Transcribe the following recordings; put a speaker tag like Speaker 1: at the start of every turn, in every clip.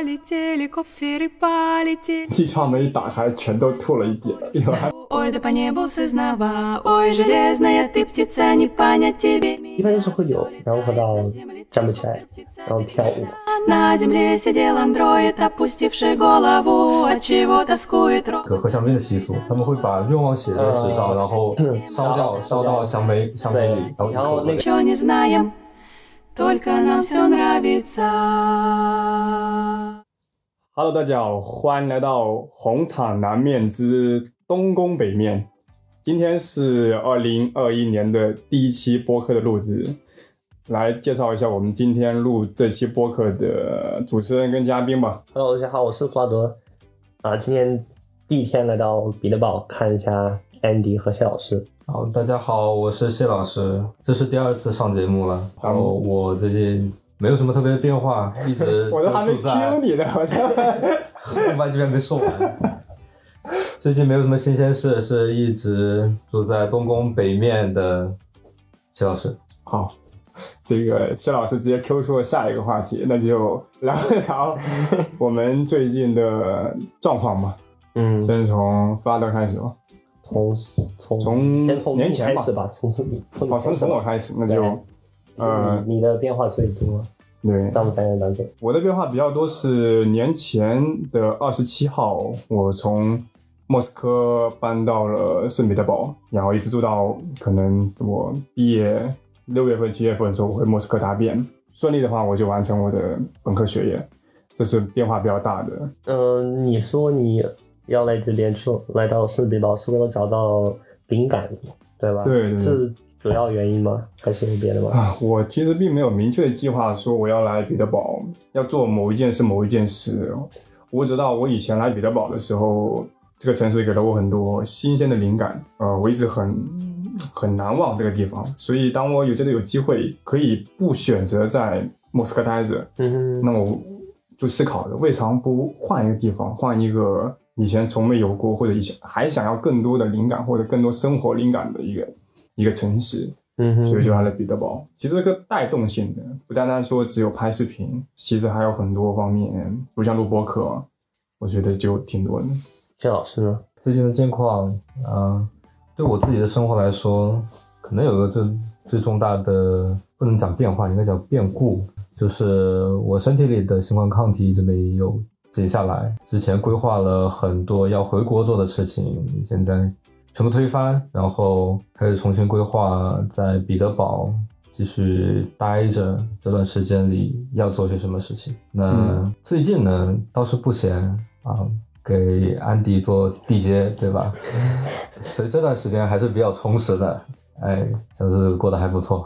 Speaker 1: полетели, коптери полетели.
Speaker 2: 机窗门一打开，全都吐了一地了，一会儿还
Speaker 1: Ой, да по небу сызнова, ой, железная ты птица, не понять тебе.
Speaker 3: 一般就是喝酒，然后喝到站不起来，然后跳舞。
Speaker 1: На земле сидел андроид, опустивший голову, от чего тоскует ро.
Speaker 4: 和香槟的习俗，他们会把愿望写在纸上，
Speaker 3: 嗯
Speaker 4: 然后呃烧掉，烧到香杯香杯里，
Speaker 3: 对
Speaker 4: 然
Speaker 3: 然
Speaker 4: 后
Speaker 3: 后那
Speaker 4: 一
Speaker 3: 个
Speaker 4: 口
Speaker 1: Еще не знаем, только нам все нравится.
Speaker 2: Hello，大家好，欢迎来到红场南面之东宫北面。今天是二零二一年的第一期播客的录制，来介绍一下我们今天录这期播客的主持人跟嘉宾吧。
Speaker 3: Hello，大家好，我是华德。啊，今天第一天来到彼得堡看一下 Andy 和谢老师。
Speaker 4: 好，大家好，我是谢老师，这是第二次上节目了。然后我最近没有什么特别的变化，一直
Speaker 2: 嗯 我都还没
Speaker 4: 就住在
Speaker 2: Q 你呢，我都
Speaker 4: 后半居然没说完。最近没有什么新鲜事，是一直住在东宫北面的谢老师。
Speaker 2: 好。哦这个谢老师直接 Q 出了下一个话题，那就聊一 聊我们最近的状况吧。
Speaker 3: 嗯，
Speaker 2: 先从发的开始吧，
Speaker 3: 从从
Speaker 2: 从
Speaker 3: 先从
Speaker 2: 年
Speaker 3: 你
Speaker 2: 前
Speaker 3: 开
Speaker 2: 吧
Speaker 3: 始吧，从你从你
Speaker 2: 好，从从我开始，那就
Speaker 3: 对
Speaker 2: 呃
Speaker 3: 始，你你的变化最多，
Speaker 2: 对
Speaker 3: 在我们三个人当中。
Speaker 2: 我的变化比较多是年前的二十七号，我从莫斯科搬到了圣彼得堡，然后一直住到可能我毕业六月份、七月份的时候，我回莫斯科答辩。顺利的话，我就完成我的本科学业，这是变化比较大的。
Speaker 3: 嗯、你说你要来这边住，来到圣彼得堡是为了找到灵感，对吧？
Speaker 2: 对对对
Speaker 3: 是主要原因吗？还是有别的吗？
Speaker 2: 啊，我其实并没有明确的计划说我要来彼得堡要做某一件事某一件事。我只知道我以前来彼得堡的时候，这个城市给了我很多新鲜的灵感。呃，我一直很很难忘这个地方，所以当我有觉得有机会可以不选择在莫斯科待着，
Speaker 3: 嗯
Speaker 2: 那我就思考着，未尝不换一个地方，换一个以前从没有过，或者以前还想要更多的灵感，或者更多生活灵感的一个一个城市。
Speaker 3: 嗯哼
Speaker 2: 所以就来了彼得堡。其实这个带动性的，不单单说只有拍视频，其实还有很多方面，不像录播课，我觉得就挺 多的。
Speaker 3: 谢老师呢？
Speaker 4: 最近的近况，嗯、对我自己的生活来说，可能有个最最重大的，不能讲变化，应该讲变故，就是我身体里的新冠抗体一直没有减下来。之前规划了很多要回国做的事情，现在全部推翻，然后开始重新规划在彼得堡继续待着这段时间里要做些什么事情。那
Speaker 2: 嗯
Speaker 4: 最近呢，倒是不闲啊，给安迪做地接，对吧？ 所以这段时间还是比较充实的，哎，算是过得还不错。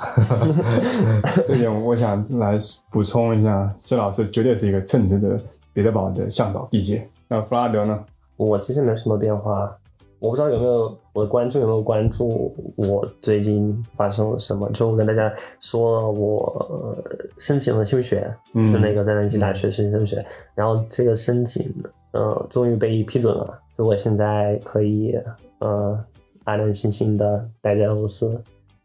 Speaker 2: 这点我想来补充一下，孙老师绝对是一个称职的彼得堡的向导地接。那弗拉德呢？
Speaker 3: 我其实没有什么变化，啊我不知道有没有我的观众有没有关注我最近发生了什么。就我跟大家说我、呃申请了休学，
Speaker 2: 嗯
Speaker 3: 就那个在南京大学申请休学，然后这个申请呃终于被批准了，所以我现在可以呃安安心心的待在俄罗斯，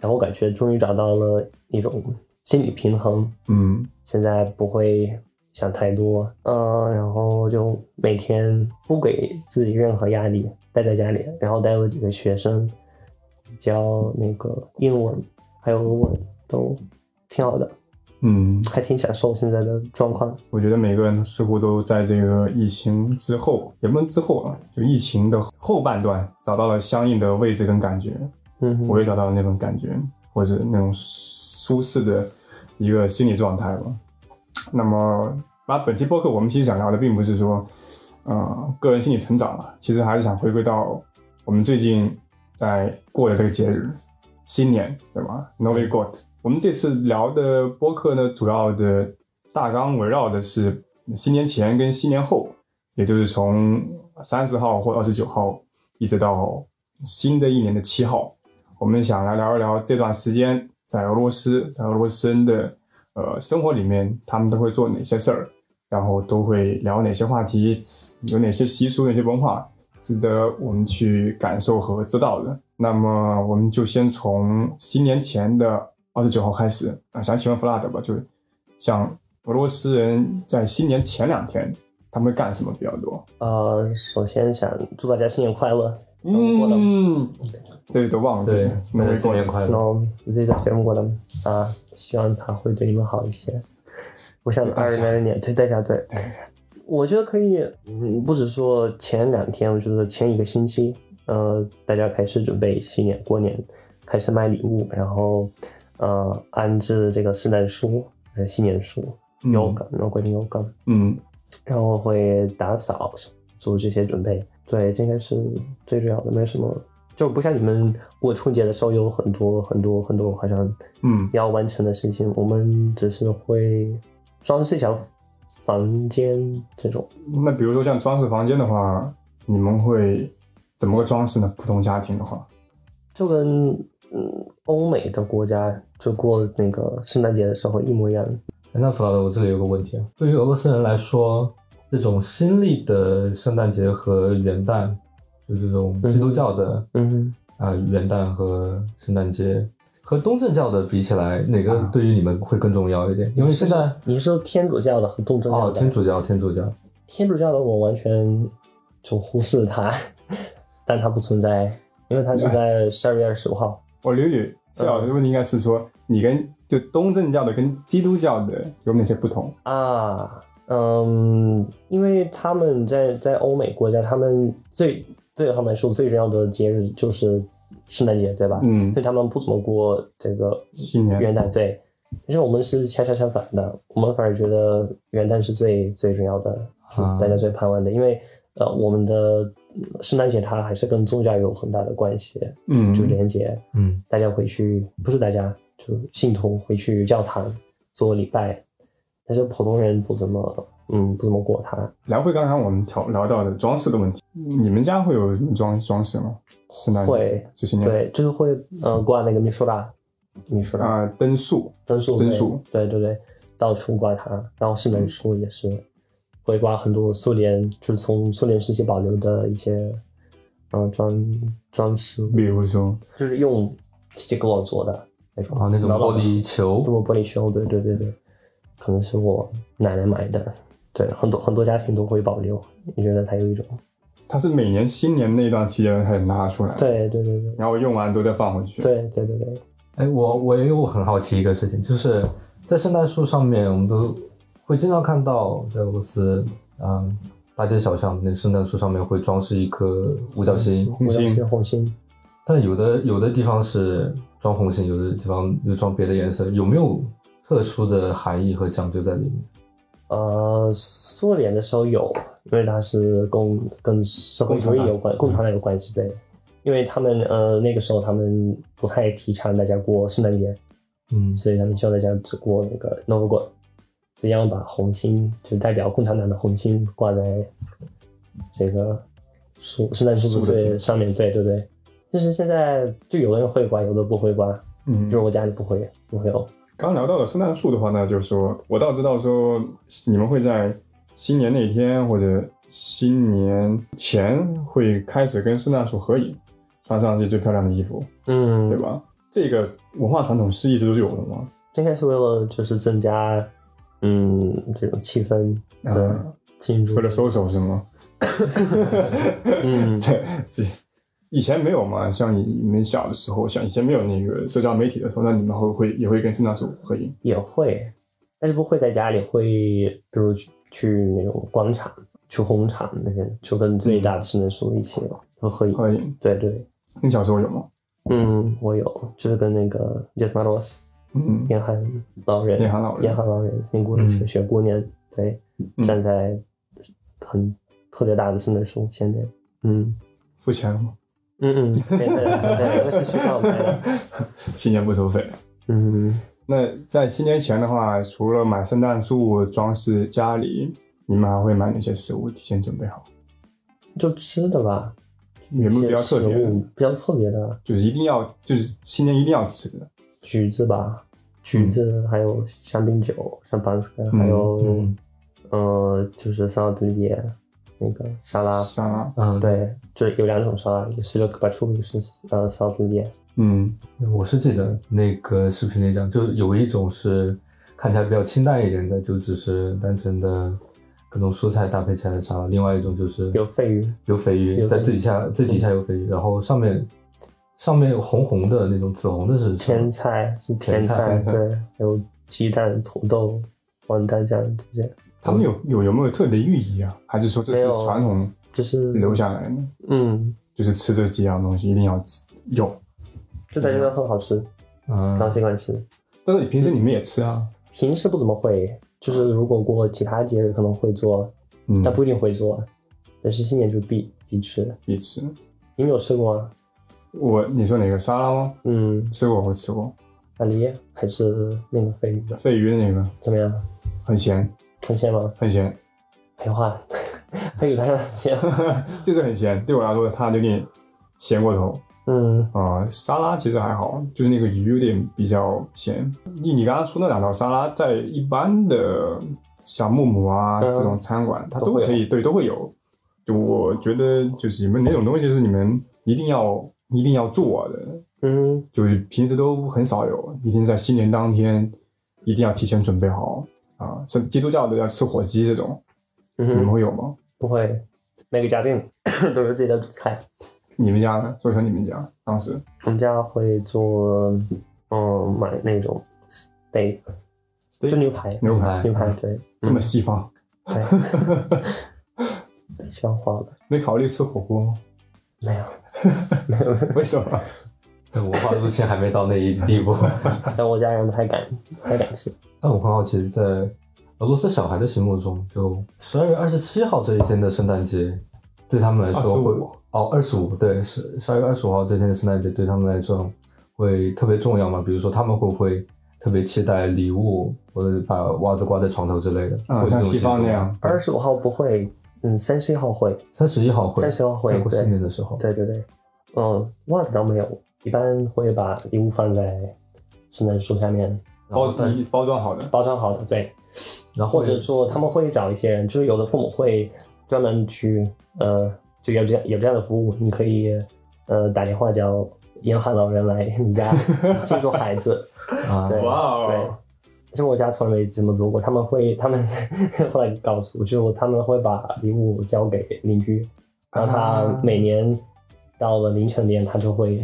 Speaker 3: 然后我感觉终于找到了一种心理平衡，
Speaker 2: 嗯，
Speaker 3: 现在不会想太多，嗯、然后就每天不给自己任何压力，待在家里，然后带了几个学生，教那个英文还有俄文都挺好的，
Speaker 2: 嗯，
Speaker 3: 还挺享受现在的状况。
Speaker 2: 我觉得每个人似乎都在这个疫情之后，也不能之后啊，就疫情的后半段找到了相应的位置跟感觉。
Speaker 3: 嗯哼，
Speaker 2: 我也找到了那种感觉，或者那种舒适的一个心理状态吧。那么，那本期播客我们其实想聊的并不是说，呃，个人心理成长啊，其实还是想回归到我们最近在过的这个节日，新年，对吧？Novy God。我们这次聊的播客呢，主要的大纲围绕的是新年前跟新年后，也就是从三十号或二十九号一直到新的一年的七号，我们想来聊一聊这段时间在俄罗斯，在俄罗斯人的呃生活里面，他们都会做哪些事儿，然后都会聊哪些话题，有哪些习俗，哪些文化值得我们去感受和知道的。那么我们就先从新年前的二十九号开始啊，想请问弗拉德吧，就是像俄罗斯人在新年前两天他们干什么比较多？
Speaker 3: 呃，首先想祝大家新年快乐，嗯过得
Speaker 2: 嗯，对，都忘记
Speaker 4: 对
Speaker 2: 了，那
Speaker 4: 对
Speaker 2: 个
Speaker 4: 新年快乐
Speaker 3: 然后自己在节目过的啊，希望他会对你们好一些。我想
Speaker 2: 对大
Speaker 3: 二
Speaker 2: 家
Speaker 3: 零二零年对大家对，我觉得可以，嗯，不只说前两天，我觉得前一个星期，呃，大家开始准备新年过年，开始买礼物，然后呃，安置这个圣诞树、呃新年树、
Speaker 2: 嗯
Speaker 3: 有梗，然后规定有梗，
Speaker 2: 嗯，
Speaker 3: 然后会打扫，做这些准备。对，这应该是最主要的，没什么，就不像你们过春节的时候有很多很多很多好像
Speaker 2: 嗯
Speaker 3: 要完成的事情，我们只是会装饰一下房间这种。
Speaker 2: 那比如说像装饰房间的话，你们会怎么个装饰呢？普通家庭的话，
Speaker 3: 就跟嗯欧美的国家就过那个圣诞节的时候一模一样。
Speaker 4: 哎那弗劳德，我这里有个问题啊，对于俄罗斯人来说，这种新历的圣诞节和元旦，就这种基督教的
Speaker 3: 嗯，
Speaker 4: 啊、元旦和圣诞节，和东正教的比起来，哪个对于你们会更重要一点？因为现在
Speaker 3: 你是说天主教的和东正教
Speaker 4: 哦，
Speaker 3: 的？
Speaker 4: 天主教，天主教，
Speaker 3: 天主教的我完全就忽视它，但它不存在，因为它是在十二月二十五号。
Speaker 2: 我捋捋，最
Speaker 3: 嗯
Speaker 2: 老师的问题应该是说，你跟就东正教的跟基督教的有哪些不同？
Speaker 3: 啊，嗯，因为他们在在欧美国家，他们最对他们来说最重要的节日就是圣诞节，对吧？
Speaker 2: 嗯
Speaker 3: 所以他们不怎么过这个
Speaker 2: 新年
Speaker 3: 元旦，对。但是我们是恰恰相反的，我们反而觉得元旦是最最重要的，就
Speaker 4: 啊
Speaker 3: 大家最盼望的，因为呃，我们的圣诞节它还是跟宗教有很大的关系，
Speaker 2: 嗯，
Speaker 3: 就连接。
Speaker 4: 嗯，
Speaker 3: 大家回去不是大家，就信徒回去教堂做礼拜，但是普通人不怎么，嗯，不怎么过它。
Speaker 2: 聊回刚刚我们聊聊到的装饰的问题，你们家会有装装饰吗？圣诞节
Speaker 3: 会，
Speaker 2: 就新年
Speaker 3: 对，就是会呃挂那个米苏拉，米苏拉
Speaker 2: 啊、灯树，
Speaker 3: 灯树，
Speaker 2: 灯
Speaker 3: 对
Speaker 2: 树，
Speaker 3: 对对对，到处挂它，然后圣诞树也是会挂很多苏联，就是从苏联时期保留的一些，呃装装饰，
Speaker 2: 比如说
Speaker 3: 就是用 sticlo 做的那种
Speaker 4: 啊，那种
Speaker 3: 老老
Speaker 4: 玻
Speaker 3: 的
Speaker 4: 璃球
Speaker 3: 中国玻璃修，对对对对，可能是我奶奶买的，对，很多很多家庭都会保留，你觉得它有一种，
Speaker 2: 它是每年新年那段期间才拿出来，，
Speaker 3: 对对对对
Speaker 2: 然后用完之后再放回去，，
Speaker 3: 对对对对，
Speaker 4: 哎，我我也有很好奇一个事情，就是在圣诞树上面，我们都会经常看到在俄罗斯，嗯，大街小巷那圣诞树上面会装饰一颗五角星，
Speaker 3: 红心红心，
Speaker 4: 但有的有的地方是装红心，有的地方又装别的颜色，有没有特殊的含义和讲究在里面？
Speaker 3: 呃，苏联的时候有，因为它是共跟社会主义有关，共产党有关系，对，因为他们呃那个时候他们不太提倡大家过圣诞节，
Speaker 4: 嗯
Speaker 3: 所以他们希望大家只过那个 n o v g o d 这样把红心就代表共产党的红心挂在这个树圣诞树
Speaker 2: 树的地
Speaker 3: 最
Speaker 2: 方
Speaker 3: 上面，对对对。但是现在就有的人会挂，有的不会挂，
Speaker 2: 嗯
Speaker 3: 就是我家里不会，不会有。
Speaker 2: 刚聊到了圣诞树的话呢，就是说我倒知道说你们会在新年那天或者新年前会开始跟圣诞树合影，穿上自己最漂亮的衣服，
Speaker 3: 嗯，
Speaker 2: 对？吧？这个文化传统是一直都是有的吗？
Speaker 3: 应该是为了就是增加嗯这种气氛，对，
Speaker 2: 嗯
Speaker 3: 庆祝
Speaker 2: 为了收手是吗？
Speaker 3: 嗯
Speaker 2: 这这以前没有嘛？像你你们小的时候，像以前没有那个社交媒体的时候，那你们会会也会跟圣诞树合影？
Speaker 3: 也会，但是不会在家里，会比如去去那种广场、去红场那边，就跟最大
Speaker 2: 嗯
Speaker 3: 的智能树一起合合影。
Speaker 2: 合影？
Speaker 3: 对对，
Speaker 2: 你小时候有吗？
Speaker 3: 嗯，我有，就是跟那个 j e t m a r o s
Speaker 2: 嗯，
Speaker 3: 严寒老人，
Speaker 2: 夜寒老人
Speaker 3: 严寒老人，英国的学学姑娘，对，
Speaker 2: 嗯
Speaker 3: 站在很特别大的圣诞树前面，嗯
Speaker 2: 付钱了吗？
Speaker 3: 嗯嗯，对对对，那是学校买的，
Speaker 2: 新年不收费。
Speaker 3: 嗯。
Speaker 2: 那在新年前的话，除了买圣诞树装饰家里，你们还会买哪些食物提前准备好？
Speaker 3: 就吃的吧，
Speaker 2: 有没有比较特别
Speaker 3: 食
Speaker 2: 的？
Speaker 3: 物比较特别的
Speaker 2: 就是一定要，就是新年一定要吃的。
Speaker 3: 橘子吧，橘子，还有香槟酒、香槟斯，还有
Speaker 4: 嗯
Speaker 3: 呃，就是萨拉迪耶那个沙拉，
Speaker 2: 沙拉，
Speaker 4: 嗯，
Speaker 3: 对，就有两种沙拉，一个是克巴楚，一个是呃萨拉迪耶。
Speaker 2: 嗯，
Speaker 4: 我是记得那个视频里讲，就有一种是看起来比较清淡一点的，就只是单纯的各种蔬菜搭配起来的沙拉，另外一种就是
Speaker 3: 有鲱鱼，
Speaker 4: 有鲱鱼
Speaker 3: 有
Speaker 4: 在
Speaker 3: 鲱鱼
Speaker 4: 最底下
Speaker 2: 嗯
Speaker 4: 最底下有鲱鱼，然后上面上面红红的那种紫红的是什么
Speaker 3: 甜菜是
Speaker 4: 甜
Speaker 3: 甜
Speaker 4: 菜
Speaker 3: 菜，
Speaker 2: 甜菜
Speaker 3: 对，有鸡蛋、土豆、黄蛋这样这些，
Speaker 2: 他们有有有没有特别寓意啊？还是说这
Speaker 3: 没
Speaker 2: 是
Speaker 3: 有
Speaker 2: 传统
Speaker 3: 就是
Speaker 2: 留下来的？
Speaker 3: 嗯，
Speaker 2: 就是吃这几样东西一定要吃有，
Speaker 3: 就在这边很好吃，
Speaker 4: 嗯
Speaker 3: 然后这款吃。
Speaker 2: 但是你平时你们也吃啊，
Speaker 3: 平时不怎么会，就是如果过其他节日可能会做，
Speaker 2: 嗯，
Speaker 3: 但不一定会做。但是新年就必必吃。
Speaker 2: 也吃。
Speaker 3: 你们有吃过吗？
Speaker 2: 我你说哪个沙拉吗？
Speaker 3: 嗯，
Speaker 2: 吃过，我吃过，
Speaker 3: 阿梨还是那个鲱鱼的，
Speaker 2: 鲱鱼的那个
Speaker 3: 怎么样？
Speaker 2: 很咸，
Speaker 3: 很鲜吗？
Speaker 2: 很咸，
Speaker 3: 废话， 鲱鱼当然鲜。
Speaker 2: 就是很咸。对我来说，它有点咸过头。
Speaker 3: 嗯，
Speaker 2: 啊、沙拉其实还好，就是那个鱼有点比较咸。你你刚刚说那两道沙拉，在一般的像木姆啊、
Speaker 3: 嗯
Speaker 2: 这种餐馆，它
Speaker 3: 都
Speaker 2: 都
Speaker 3: 会有
Speaker 2: 可以，对，都会有。就我觉得，就是你们哪种东西是你们一定要一定要做的，
Speaker 3: 嗯，
Speaker 2: 就是平时都很少有，一定在新年当天一定要提前准备好啊。像基督教的要吃火鸡这种，
Speaker 3: 嗯
Speaker 2: 你们
Speaker 3: 哼，
Speaker 2: 会有吗？
Speaker 3: 不会，每个家庭 都是自己的主菜。
Speaker 2: 你们家呢？说说你们家当时
Speaker 3: 我们家会做，嗯，买那种 steak，就
Speaker 2: steak
Speaker 3: 牛排，
Speaker 2: 牛排
Speaker 3: 牛排对，
Speaker 2: 这么西方，
Speaker 3: 对， 消化了，
Speaker 2: 没考虑吃火锅吗？
Speaker 3: 没有，没有，没有。
Speaker 2: 为什么？
Speaker 4: 对我画路线还没到那一地步。嗯
Speaker 3: 但我家人不太敢，不太敢吃。
Speaker 4: 但我很好奇，在俄罗斯小孩的心目中，就十二月二十七号这一天的圣诞节，对他们来说会
Speaker 2: 25
Speaker 4: 哦二十五对十十二月二十五号这天的圣诞节对他们来说会特别重要吗？比如说他们会不会特别期待礼物，或者把袜子挂在床头之类的？
Speaker 2: 啊
Speaker 4: 会有这
Speaker 2: 像
Speaker 4: 种
Speaker 2: 西方
Speaker 4: 习俗
Speaker 2: 那
Speaker 4: 吗
Speaker 2: 样。
Speaker 3: 二十五号不会，嗯，三十一号会。
Speaker 4: 三十一号会，
Speaker 3: 31号会
Speaker 4: 在过
Speaker 3: 对
Speaker 4: 新年的时候。
Speaker 3: 对对对，嗯，袜子倒没有，一般会把礼物放在圣诞树下面
Speaker 4: 然后
Speaker 2: 包你包装好的，
Speaker 3: 包装好的，对，
Speaker 4: 然后
Speaker 3: 哦或者说他们会找一些人，就是有的父母会专门去，呃，就有这样有这样的服务，你可以呃打电话叫银行老人来你家接住孩子，
Speaker 4: 啊，
Speaker 3: 对
Speaker 2: 哇
Speaker 3: 对
Speaker 2: 哦，。
Speaker 3: 但是我家从来没这么做过，他们会，他们 后来告诉我，就他们会把礼物交给邻居，然后
Speaker 2: 啊
Speaker 3: 他每年到了凌晨点，他就会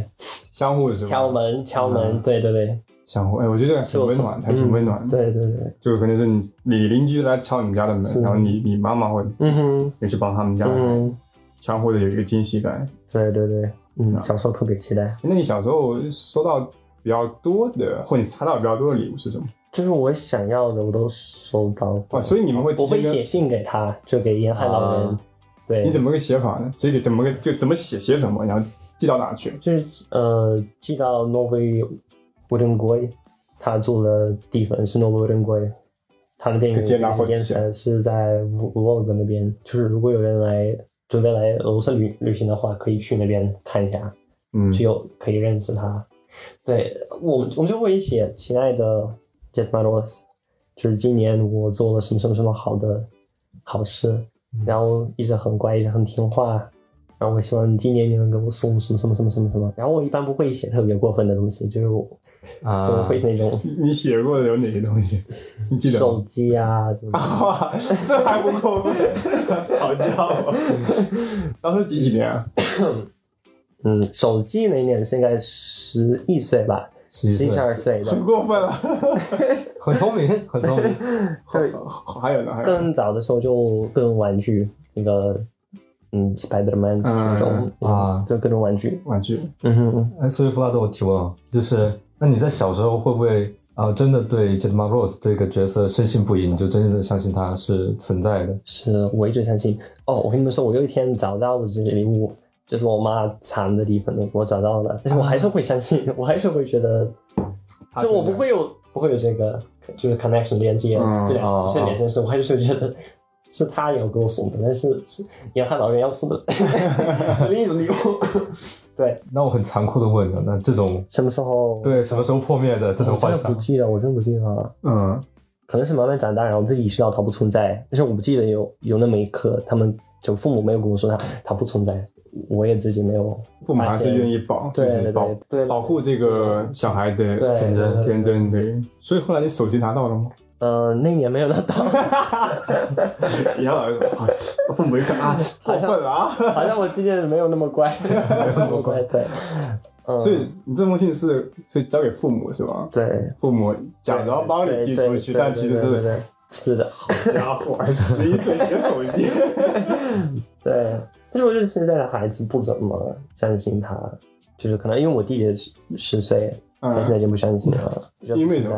Speaker 2: 相互是吧？嗯
Speaker 3: 敲门，敲门，对对对，
Speaker 2: 相互，哎，我觉得这个挺温暖，还挺温暖的。
Speaker 3: 嗯对对对，
Speaker 2: 就可能是你你邻居来敲你家的门，
Speaker 3: 是
Speaker 2: 然后你你妈妈会
Speaker 3: 嗯哼，
Speaker 2: 也去帮他们家，
Speaker 3: 嗯，
Speaker 2: 相互的有一个惊喜感。
Speaker 3: 对对对，嗯，小时候特别期待，
Speaker 2: 那你小时候收到比较多的，或者你猜到比较多的礼物是什么？
Speaker 3: 就是我想要的我都收到
Speaker 2: 哇，
Speaker 3: 过，
Speaker 2: 所以你们会提
Speaker 3: 我会
Speaker 2: 前跟
Speaker 3: 写信给他，就给沿海老人
Speaker 4: 啊，
Speaker 2: 你
Speaker 3: 对，
Speaker 2: 怎么个写法呢？所以怎么个就怎么写写什么，然后寄到哪去？
Speaker 3: 就是呃寄到挪威乌镇龟，他住的地方是挪威乌镇龟。他那边有
Speaker 2: 可接纳或者
Speaker 3: 个电
Speaker 2: 写
Speaker 3: 闪是在乌乌沃的那边，就是如果有人来准备来俄罗斯旅旅行的话，可以去那边看一下。
Speaker 2: 嗯，
Speaker 3: 只有可以认识他。对我们，我们就会写亲爱的 Jet Maros，就是今年我做了什么什么什么好的好事，
Speaker 2: 嗯
Speaker 3: 然后一直很乖，一直很听话。然后我希望今年你能给我送什么什么什么什么什么。然后我一般不会写特别过分的东西，就是我
Speaker 4: 啊，
Speaker 3: 就会写那种
Speaker 2: 你写过的有哪些东西？你记得
Speaker 3: 手
Speaker 2: 吗？
Speaker 3: 机啊，就是
Speaker 2: 哇，这还不过分， 好家伙！当时几几年啊？
Speaker 3: 嗯，手机那年是应该十一岁吧，
Speaker 4: 十一
Speaker 3: 十一
Speaker 4: 岁
Speaker 3: 十，二 岁的
Speaker 2: 很。过分了。
Speaker 4: 很 聪明，很聪明。
Speaker 3: 对，
Speaker 2: 还有呢，还有呢
Speaker 3: 更早的时候就各种玩具，那个嗯，Spider-Man 这种
Speaker 4: 嗯啊
Speaker 3: 就各种玩具。
Speaker 2: 玩具，
Speaker 3: 嗯哼，
Speaker 4: 哎，所以弗拉德，我提问啊，就是那你在小时候会不会啊、呃真的对 j e t m a Rose 这个角色深信不疑，你就真正的相信他是存在的？
Speaker 3: 是我一直相信。哦，我跟你们说，我有一天找到了这些礼物，就是我妈藏的地方，我找到了，但是我还是会相信，我还是会觉得，
Speaker 2: 它
Speaker 3: 就我不
Speaker 2: 存在
Speaker 3: 会有不会有这个就是 connection 连接、
Speaker 2: 嗯
Speaker 3: 这两、
Speaker 4: 哦
Speaker 3: 这两件事，我还是会觉得。是他要给我送的，但是是也汉老人要送的， 是另一种礼物。对，
Speaker 4: 那我很残酷的问你啊，那这种
Speaker 3: 什么时候？
Speaker 4: 对什么时候破灭的这种
Speaker 3: 我真
Speaker 4: 幻
Speaker 3: 的
Speaker 4: 想
Speaker 3: 不？记得，我真的不记得了。
Speaker 2: 嗯，
Speaker 3: 可能是慢慢长大，然后自己意识到它不存在。但是我不记得有有那么一刻，他们就父母没有跟我说它它不存在，我也自己没有
Speaker 2: 父母还
Speaker 3: 发
Speaker 2: 是
Speaker 3: 现
Speaker 2: 愿意保，
Speaker 3: 对
Speaker 2: 就是
Speaker 3: 对
Speaker 2: 保
Speaker 3: 对对
Speaker 2: 保护这个小孩的
Speaker 3: 对
Speaker 4: 天真
Speaker 3: 对
Speaker 2: 天真，对。所以后来你手机拿到了吗？
Speaker 3: 呃，那年没有拿到，
Speaker 2: 杨老师，啊父母一看啊， 好笨啊！
Speaker 3: 好像我今年没有那么 乖，没有那么乖，对，嗯，
Speaker 2: 所以你这封信是是交给父母是吧？
Speaker 3: 对，
Speaker 2: 父母假装帮你寄出去，
Speaker 3: 对对
Speaker 2: 但其实
Speaker 3: 对对
Speaker 2: 是
Speaker 3: 对是的，
Speaker 2: 家伙，十一岁学手机，
Speaker 3: 对，但是我觉得现在的孩子不怎么相信他，就是可能因为我弟弟十十岁，他现在
Speaker 2: 嗯，
Speaker 3: 就不相信了。
Speaker 2: 因为什么？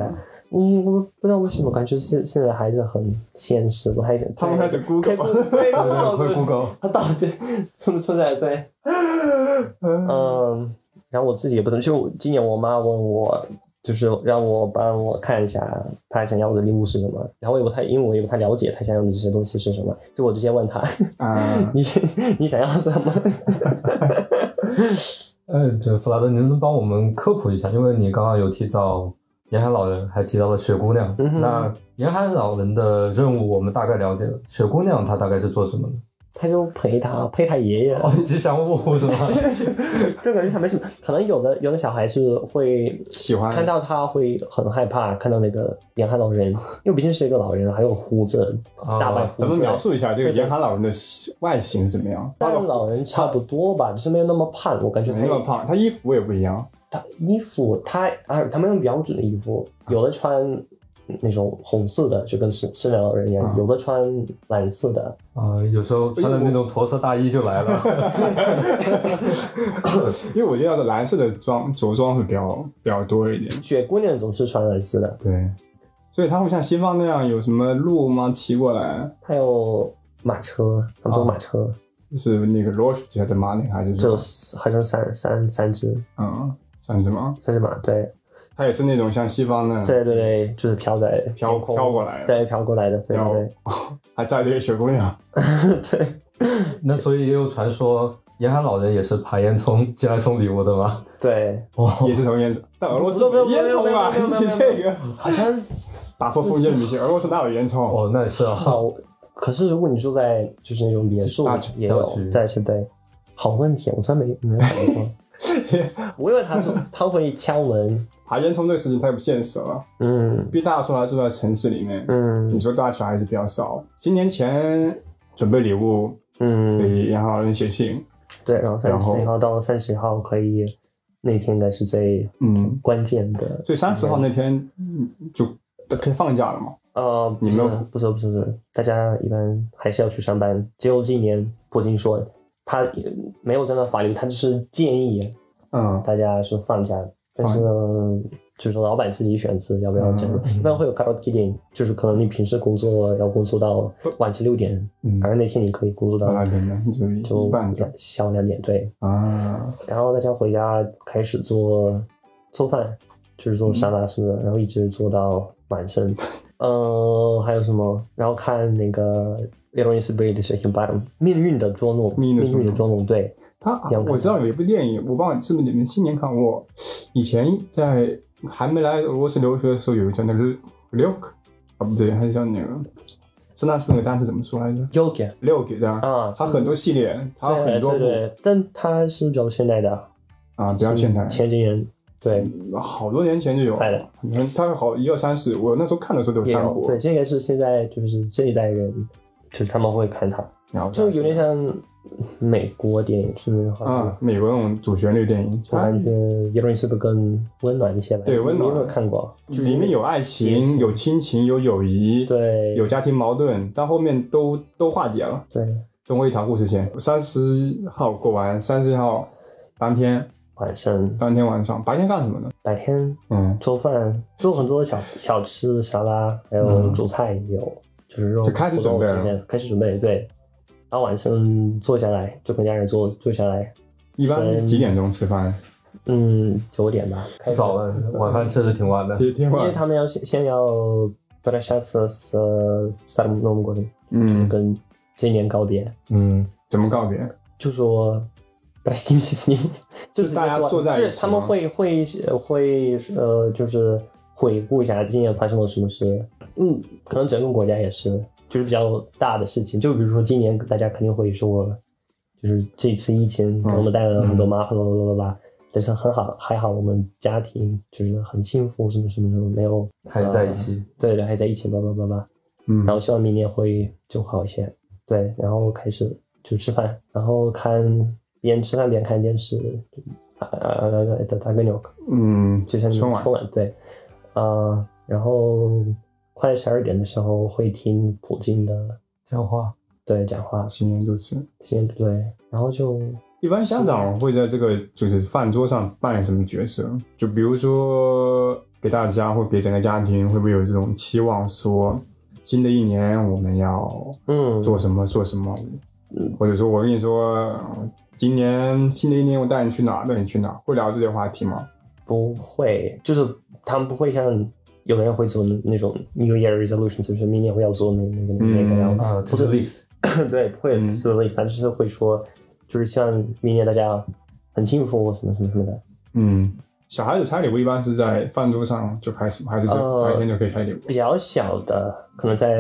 Speaker 3: 嗯，我不知道为什么，感觉现现在的孩子很现实，不太
Speaker 2: 他们开始 Google，
Speaker 3: 对，
Speaker 4: 会 Google，
Speaker 3: 他到底出出在对，嗯，然后我自己也不懂，就今年我妈问我，就是让我帮我看一下她想要的礼物是什么，然后我也不太，因为我也不太了解她想要的这些东西是什么，所以我直接问她，
Speaker 2: 啊，
Speaker 3: 你你想要什么？
Speaker 4: 哎，对，弗拉德，你能不能帮我们科普一下？因为你刚刚有提到沿海老人，还提到了雪姑娘。
Speaker 3: 嗯哼
Speaker 4: 那沿海老人的任务我们大概了解了，雪姑娘她大概是做什么的？
Speaker 3: 她就陪她陪她爷啊爷，
Speaker 4: 哦，你是想我是吗？
Speaker 3: 就感觉她没什么，可能有的有的小孩是会
Speaker 2: 喜欢
Speaker 3: 看到他会很害怕，看到那个眼看老人，因为毕竟是一个老人，还有胡子，
Speaker 4: 哦
Speaker 3: 大白胡子。
Speaker 2: 咱们描述一下这个严寒老人的形外形是怎么样？
Speaker 3: 但老人差不多吧，只是没有那么胖，我感觉他
Speaker 2: 没那么胖，他衣服也不一样。
Speaker 3: 他衣服，他啊，他们用标准的衣服，有的穿那种红色的，就跟圣圣诞老人一样；
Speaker 2: 啊
Speaker 3: 有的穿蓝色的，
Speaker 4: 啊、有时
Speaker 3: 哎
Speaker 4: 候穿的那种驼色大衣就来了。
Speaker 2: 因为我觉得蓝色的装着装会比较比较多一点，
Speaker 3: 雪姑娘总是穿蓝色的。
Speaker 2: 对，所以他会像西方那样有什么路吗？骑过来
Speaker 3: 她有马车，他们
Speaker 2: 啊
Speaker 3: 坐马车，
Speaker 2: 就是那个 Roche 还的马那个还是什
Speaker 3: 就
Speaker 2: 么？
Speaker 3: 是好像三三三只，
Speaker 2: 嗯，像什么？
Speaker 3: 三只马，对
Speaker 2: 他也是那种像西方那样
Speaker 3: 对对对，就是飘在
Speaker 2: 嗯飘
Speaker 3: 天空
Speaker 2: 飘过来的
Speaker 3: 对，飘过来的，对
Speaker 2: 然
Speaker 3: 对
Speaker 2: 后
Speaker 3: 对。
Speaker 2: 还载着一个雪姑娘，
Speaker 4: 那所以也有传说，沿海老人也是爬烟囱进来送礼物 的吗？
Speaker 3: 对，
Speaker 4: 哇、
Speaker 2: 也是从烟囱，但俄罗斯
Speaker 3: 不不不不
Speaker 2: 烟囱啊！
Speaker 3: 不不不不
Speaker 2: 你这个
Speaker 3: 好像
Speaker 2: 打破封建迷信，俄罗斯哪有烟囱？
Speaker 4: 哦，那是啊。
Speaker 3: 好。可是如果你住在就是那种别墅
Speaker 2: 大城，
Speaker 3: 也
Speaker 4: 郊
Speaker 3: 有
Speaker 4: 区
Speaker 3: 在是对。好问题，我真没没有想过。 我以为他说他会敲门，
Speaker 2: 爬烟囱这个事情太不现实了，
Speaker 3: 嗯
Speaker 2: 毕竟大家说还住在城市里面，你
Speaker 3: 嗯
Speaker 2: 说大学还是比较少。新年前准备礼物
Speaker 3: 嗯，
Speaker 2: 给杨好人写信，
Speaker 3: 对。然后
Speaker 2: 然
Speaker 3: 三
Speaker 2: 后
Speaker 3: 十一号到三十号可以，那天应该是最
Speaker 2: 嗯，
Speaker 3: 关键的。
Speaker 2: 所以三十号那天嗯就可以放假了嘛。
Speaker 3: 呃，
Speaker 2: 你们有
Speaker 3: 不是不是不是，大家一般还是要去上班。只有今年普京说他没有真的法律，他就是建议啊
Speaker 2: 嗯，
Speaker 3: 大家是放假，但是呢，就是老板自己选择要不要这样。
Speaker 2: 嗯
Speaker 3: 一般会有 c a r o t killing，就是可能你平时工作要工作到晚上六点，
Speaker 2: 嗯
Speaker 3: 而那天你可以工作
Speaker 2: 本
Speaker 3: 到
Speaker 2: 来人呢就
Speaker 3: 就
Speaker 2: 一半点
Speaker 3: 下午两点，对。
Speaker 2: 啊，
Speaker 3: 然后大家回家开始做做饭，就是做沙拉什么
Speaker 2: 嗯
Speaker 3: 的，然后一直做到 晚上。呃，还有什么？然后看那个 e r o n i s b r i d 的《s h a k i n Bottom》，命运的捉弄，
Speaker 2: 命
Speaker 3: 命
Speaker 2: 运的捉弄
Speaker 3: 运的捉弄，对，
Speaker 2: 他
Speaker 3: 两个
Speaker 2: 我知道有一部电影，我忘了是不是你们新年看过。以前在还没来俄罗斯留学的时候，有一个叫那个 Look 啊，不对，还是叫那个，圣诞树那个单词怎么说来着
Speaker 3: y o g a
Speaker 2: ？Look 对吧？
Speaker 3: 啊，
Speaker 2: 它很多系列，它有很多
Speaker 3: 对
Speaker 2: 部
Speaker 3: 对对，但它是比较现代的，
Speaker 2: 啊，比较现代。
Speaker 3: 前几年对
Speaker 2: 好多年前就有
Speaker 3: 拍的，
Speaker 2: 你看它好一二三四，我那时候看的时候都有
Speaker 3: 也
Speaker 2: 三
Speaker 3: 有
Speaker 2: 部，
Speaker 3: 对，这个是现在就是这一代人，就是他们会看它，
Speaker 2: 然后
Speaker 3: 就有点像美国电影，是不是？
Speaker 2: 啊，，美国那种主旋律电影，
Speaker 3: 我
Speaker 2: 它
Speaker 3: 感觉叶伦是不是更温暖一些吧？
Speaker 2: 对温暖
Speaker 3: 你有没有看过？
Speaker 2: 里面有爱情、有亲情、有友谊，
Speaker 3: 对，
Speaker 2: 有家庭矛盾，但后面都都化解了。
Speaker 3: 对，
Speaker 2: 中国一堂故事线，三十号过完，三十号当天
Speaker 3: 晚上
Speaker 2: 当天晚上，白天干什么呢？
Speaker 3: 白天
Speaker 2: 嗯，
Speaker 3: 做饭，做很多小小吃、沙拉，还有
Speaker 4: 嗯
Speaker 3: 煮菜也有，就是肉
Speaker 2: 就开始
Speaker 3: 土豆
Speaker 2: 准备
Speaker 3: 这些开始准备，对。然后晚上坐下来，就跟家人坐坐下来，
Speaker 2: 一般
Speaker 3: 先
Speaker 2: 几点钟吃饭？
Speaker 3: 嗯，九点吧， 开始
Speaker 4: 早了，晚饭吃的挺晚的。
Speaker 2: 天天
Speaker 3: 因为
Speaker 2: 晚，
Speaker 3: 他们要先先要 b r a s h a s 呃 s a r m n o m g o r
Speaker 2: 嗯，
Speaker 3: 跟今年告别，
Speaker 4: 嗯，
Speaker 2: 怎么告别？
Speaker 3: 就说 b r a s h i m s i 就是
Speaker 2: 大家
Speaker 3: 说
Speaker 2: 坐在一起
Speaker 3: 就是他们
Speaker 2: 吗
Speaker 3: 会会呃会呃，就是回顾一下今年发生了什么事，嗯，可能整个国家也是，就是比较大的事情，就比如说今年
Speaker 2: 嗯
Speaker 3: 大家肯定会说，就是这次疫情给我们带来了很多麻烦，巴拉巴拉巴拉。但是很好，还好我们家庭觉得很幸福，什么什么什么没有，
Speaker 4: 还是在一起。
Speaker 3: 对的，还在一起，叭叭叭叭。
Speaker 2: 嗯
Speaker 3: 然后希望明年会就好一些。对，然后开始就吃饭，然后看边吃饭边看电视，啊啊啊啊的打个鸟，
Speaker 2: 嗯，
Speaker 3: 就像你
Speaker 2: 春晚
Speaker 3: 春晚对，啊、然后快十二点的时候会听普京的
Speaker 4: 讲话，
Speaker 3: 对讲话，
Speaker 2: 新年就是。
Speaker 3: 先对，然后就
Speaker 2: 一般家长会在这个就是饭桌上扮演什么角色？就比如说给大家或给整个家庭，会不会有这种期望说，新的一年我们要
Speaker 3: 嗯
Speaker 2: 做什么做什么？或者说我跟你说，呃今年新的一年我带你去哪儿，带你去哪儿？会聊这些话题吗？
Speaker 3: 不会，就是他们不会像有的人会做那种 New Year resolution，就是明年我要做那那个那个，
Speaker 2: 嗯
Speaker 3: 然后
Speaker 4: 啊，这是 list，
Speaker 3: 对，不会
Speaker 2: 嗯
Speaker 3: 做类似，但是会说，就是像明年大家很幸福什么什么什么的。
Speaker 2: 嗯，小孩子拆礼物一般是在饭桌上就开始吗？还是就
Speaker 3: 呃
Speaker 2: 白天就可以拆礼物？
Speaker 3: 比较小的，可能在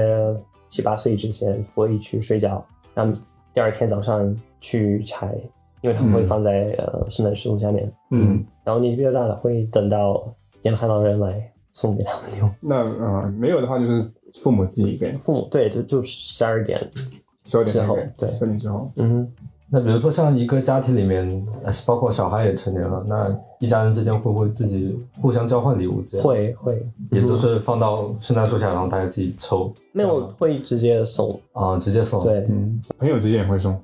Speaker 3: 七八岁之前会去睡觉，然后第二天早上去拆，因为他们会
Speaker 2: 嗯
Speaker 3: 放在、呃圣诞树下面。
Speaker 2: 嗯，
Speaker 3: 然后年纪越大了，会等到沿海老人来送给他们礼物。
Speaker 2: 那呃没有的话就是父母自己给，
Speaker 3: 父母对，就就十二点，
Speaker 2: 十二点
Speaker 3: 之
Speaker 2: 才
Speaker 3: 后
Speaker 2: 给，
Speaker 3: 对
Speaker 2: 十二点之后，
Speaker 3: 嗯，
Speaker 4: 那比如说像一个家庭里面，呃包括小孩也成年了，那一家人之间会不会自己互相交换礼物？这样，
Speaker 3: 会会
Speaker 4: 也都是放到圣诞树下，然后大家自己抽
Speaker 3: 没有会直接送，
Speaker 4: 啊、直接送。，
Speaker 3: 对，
Speaker 2: 嗯，朋友之间也会送。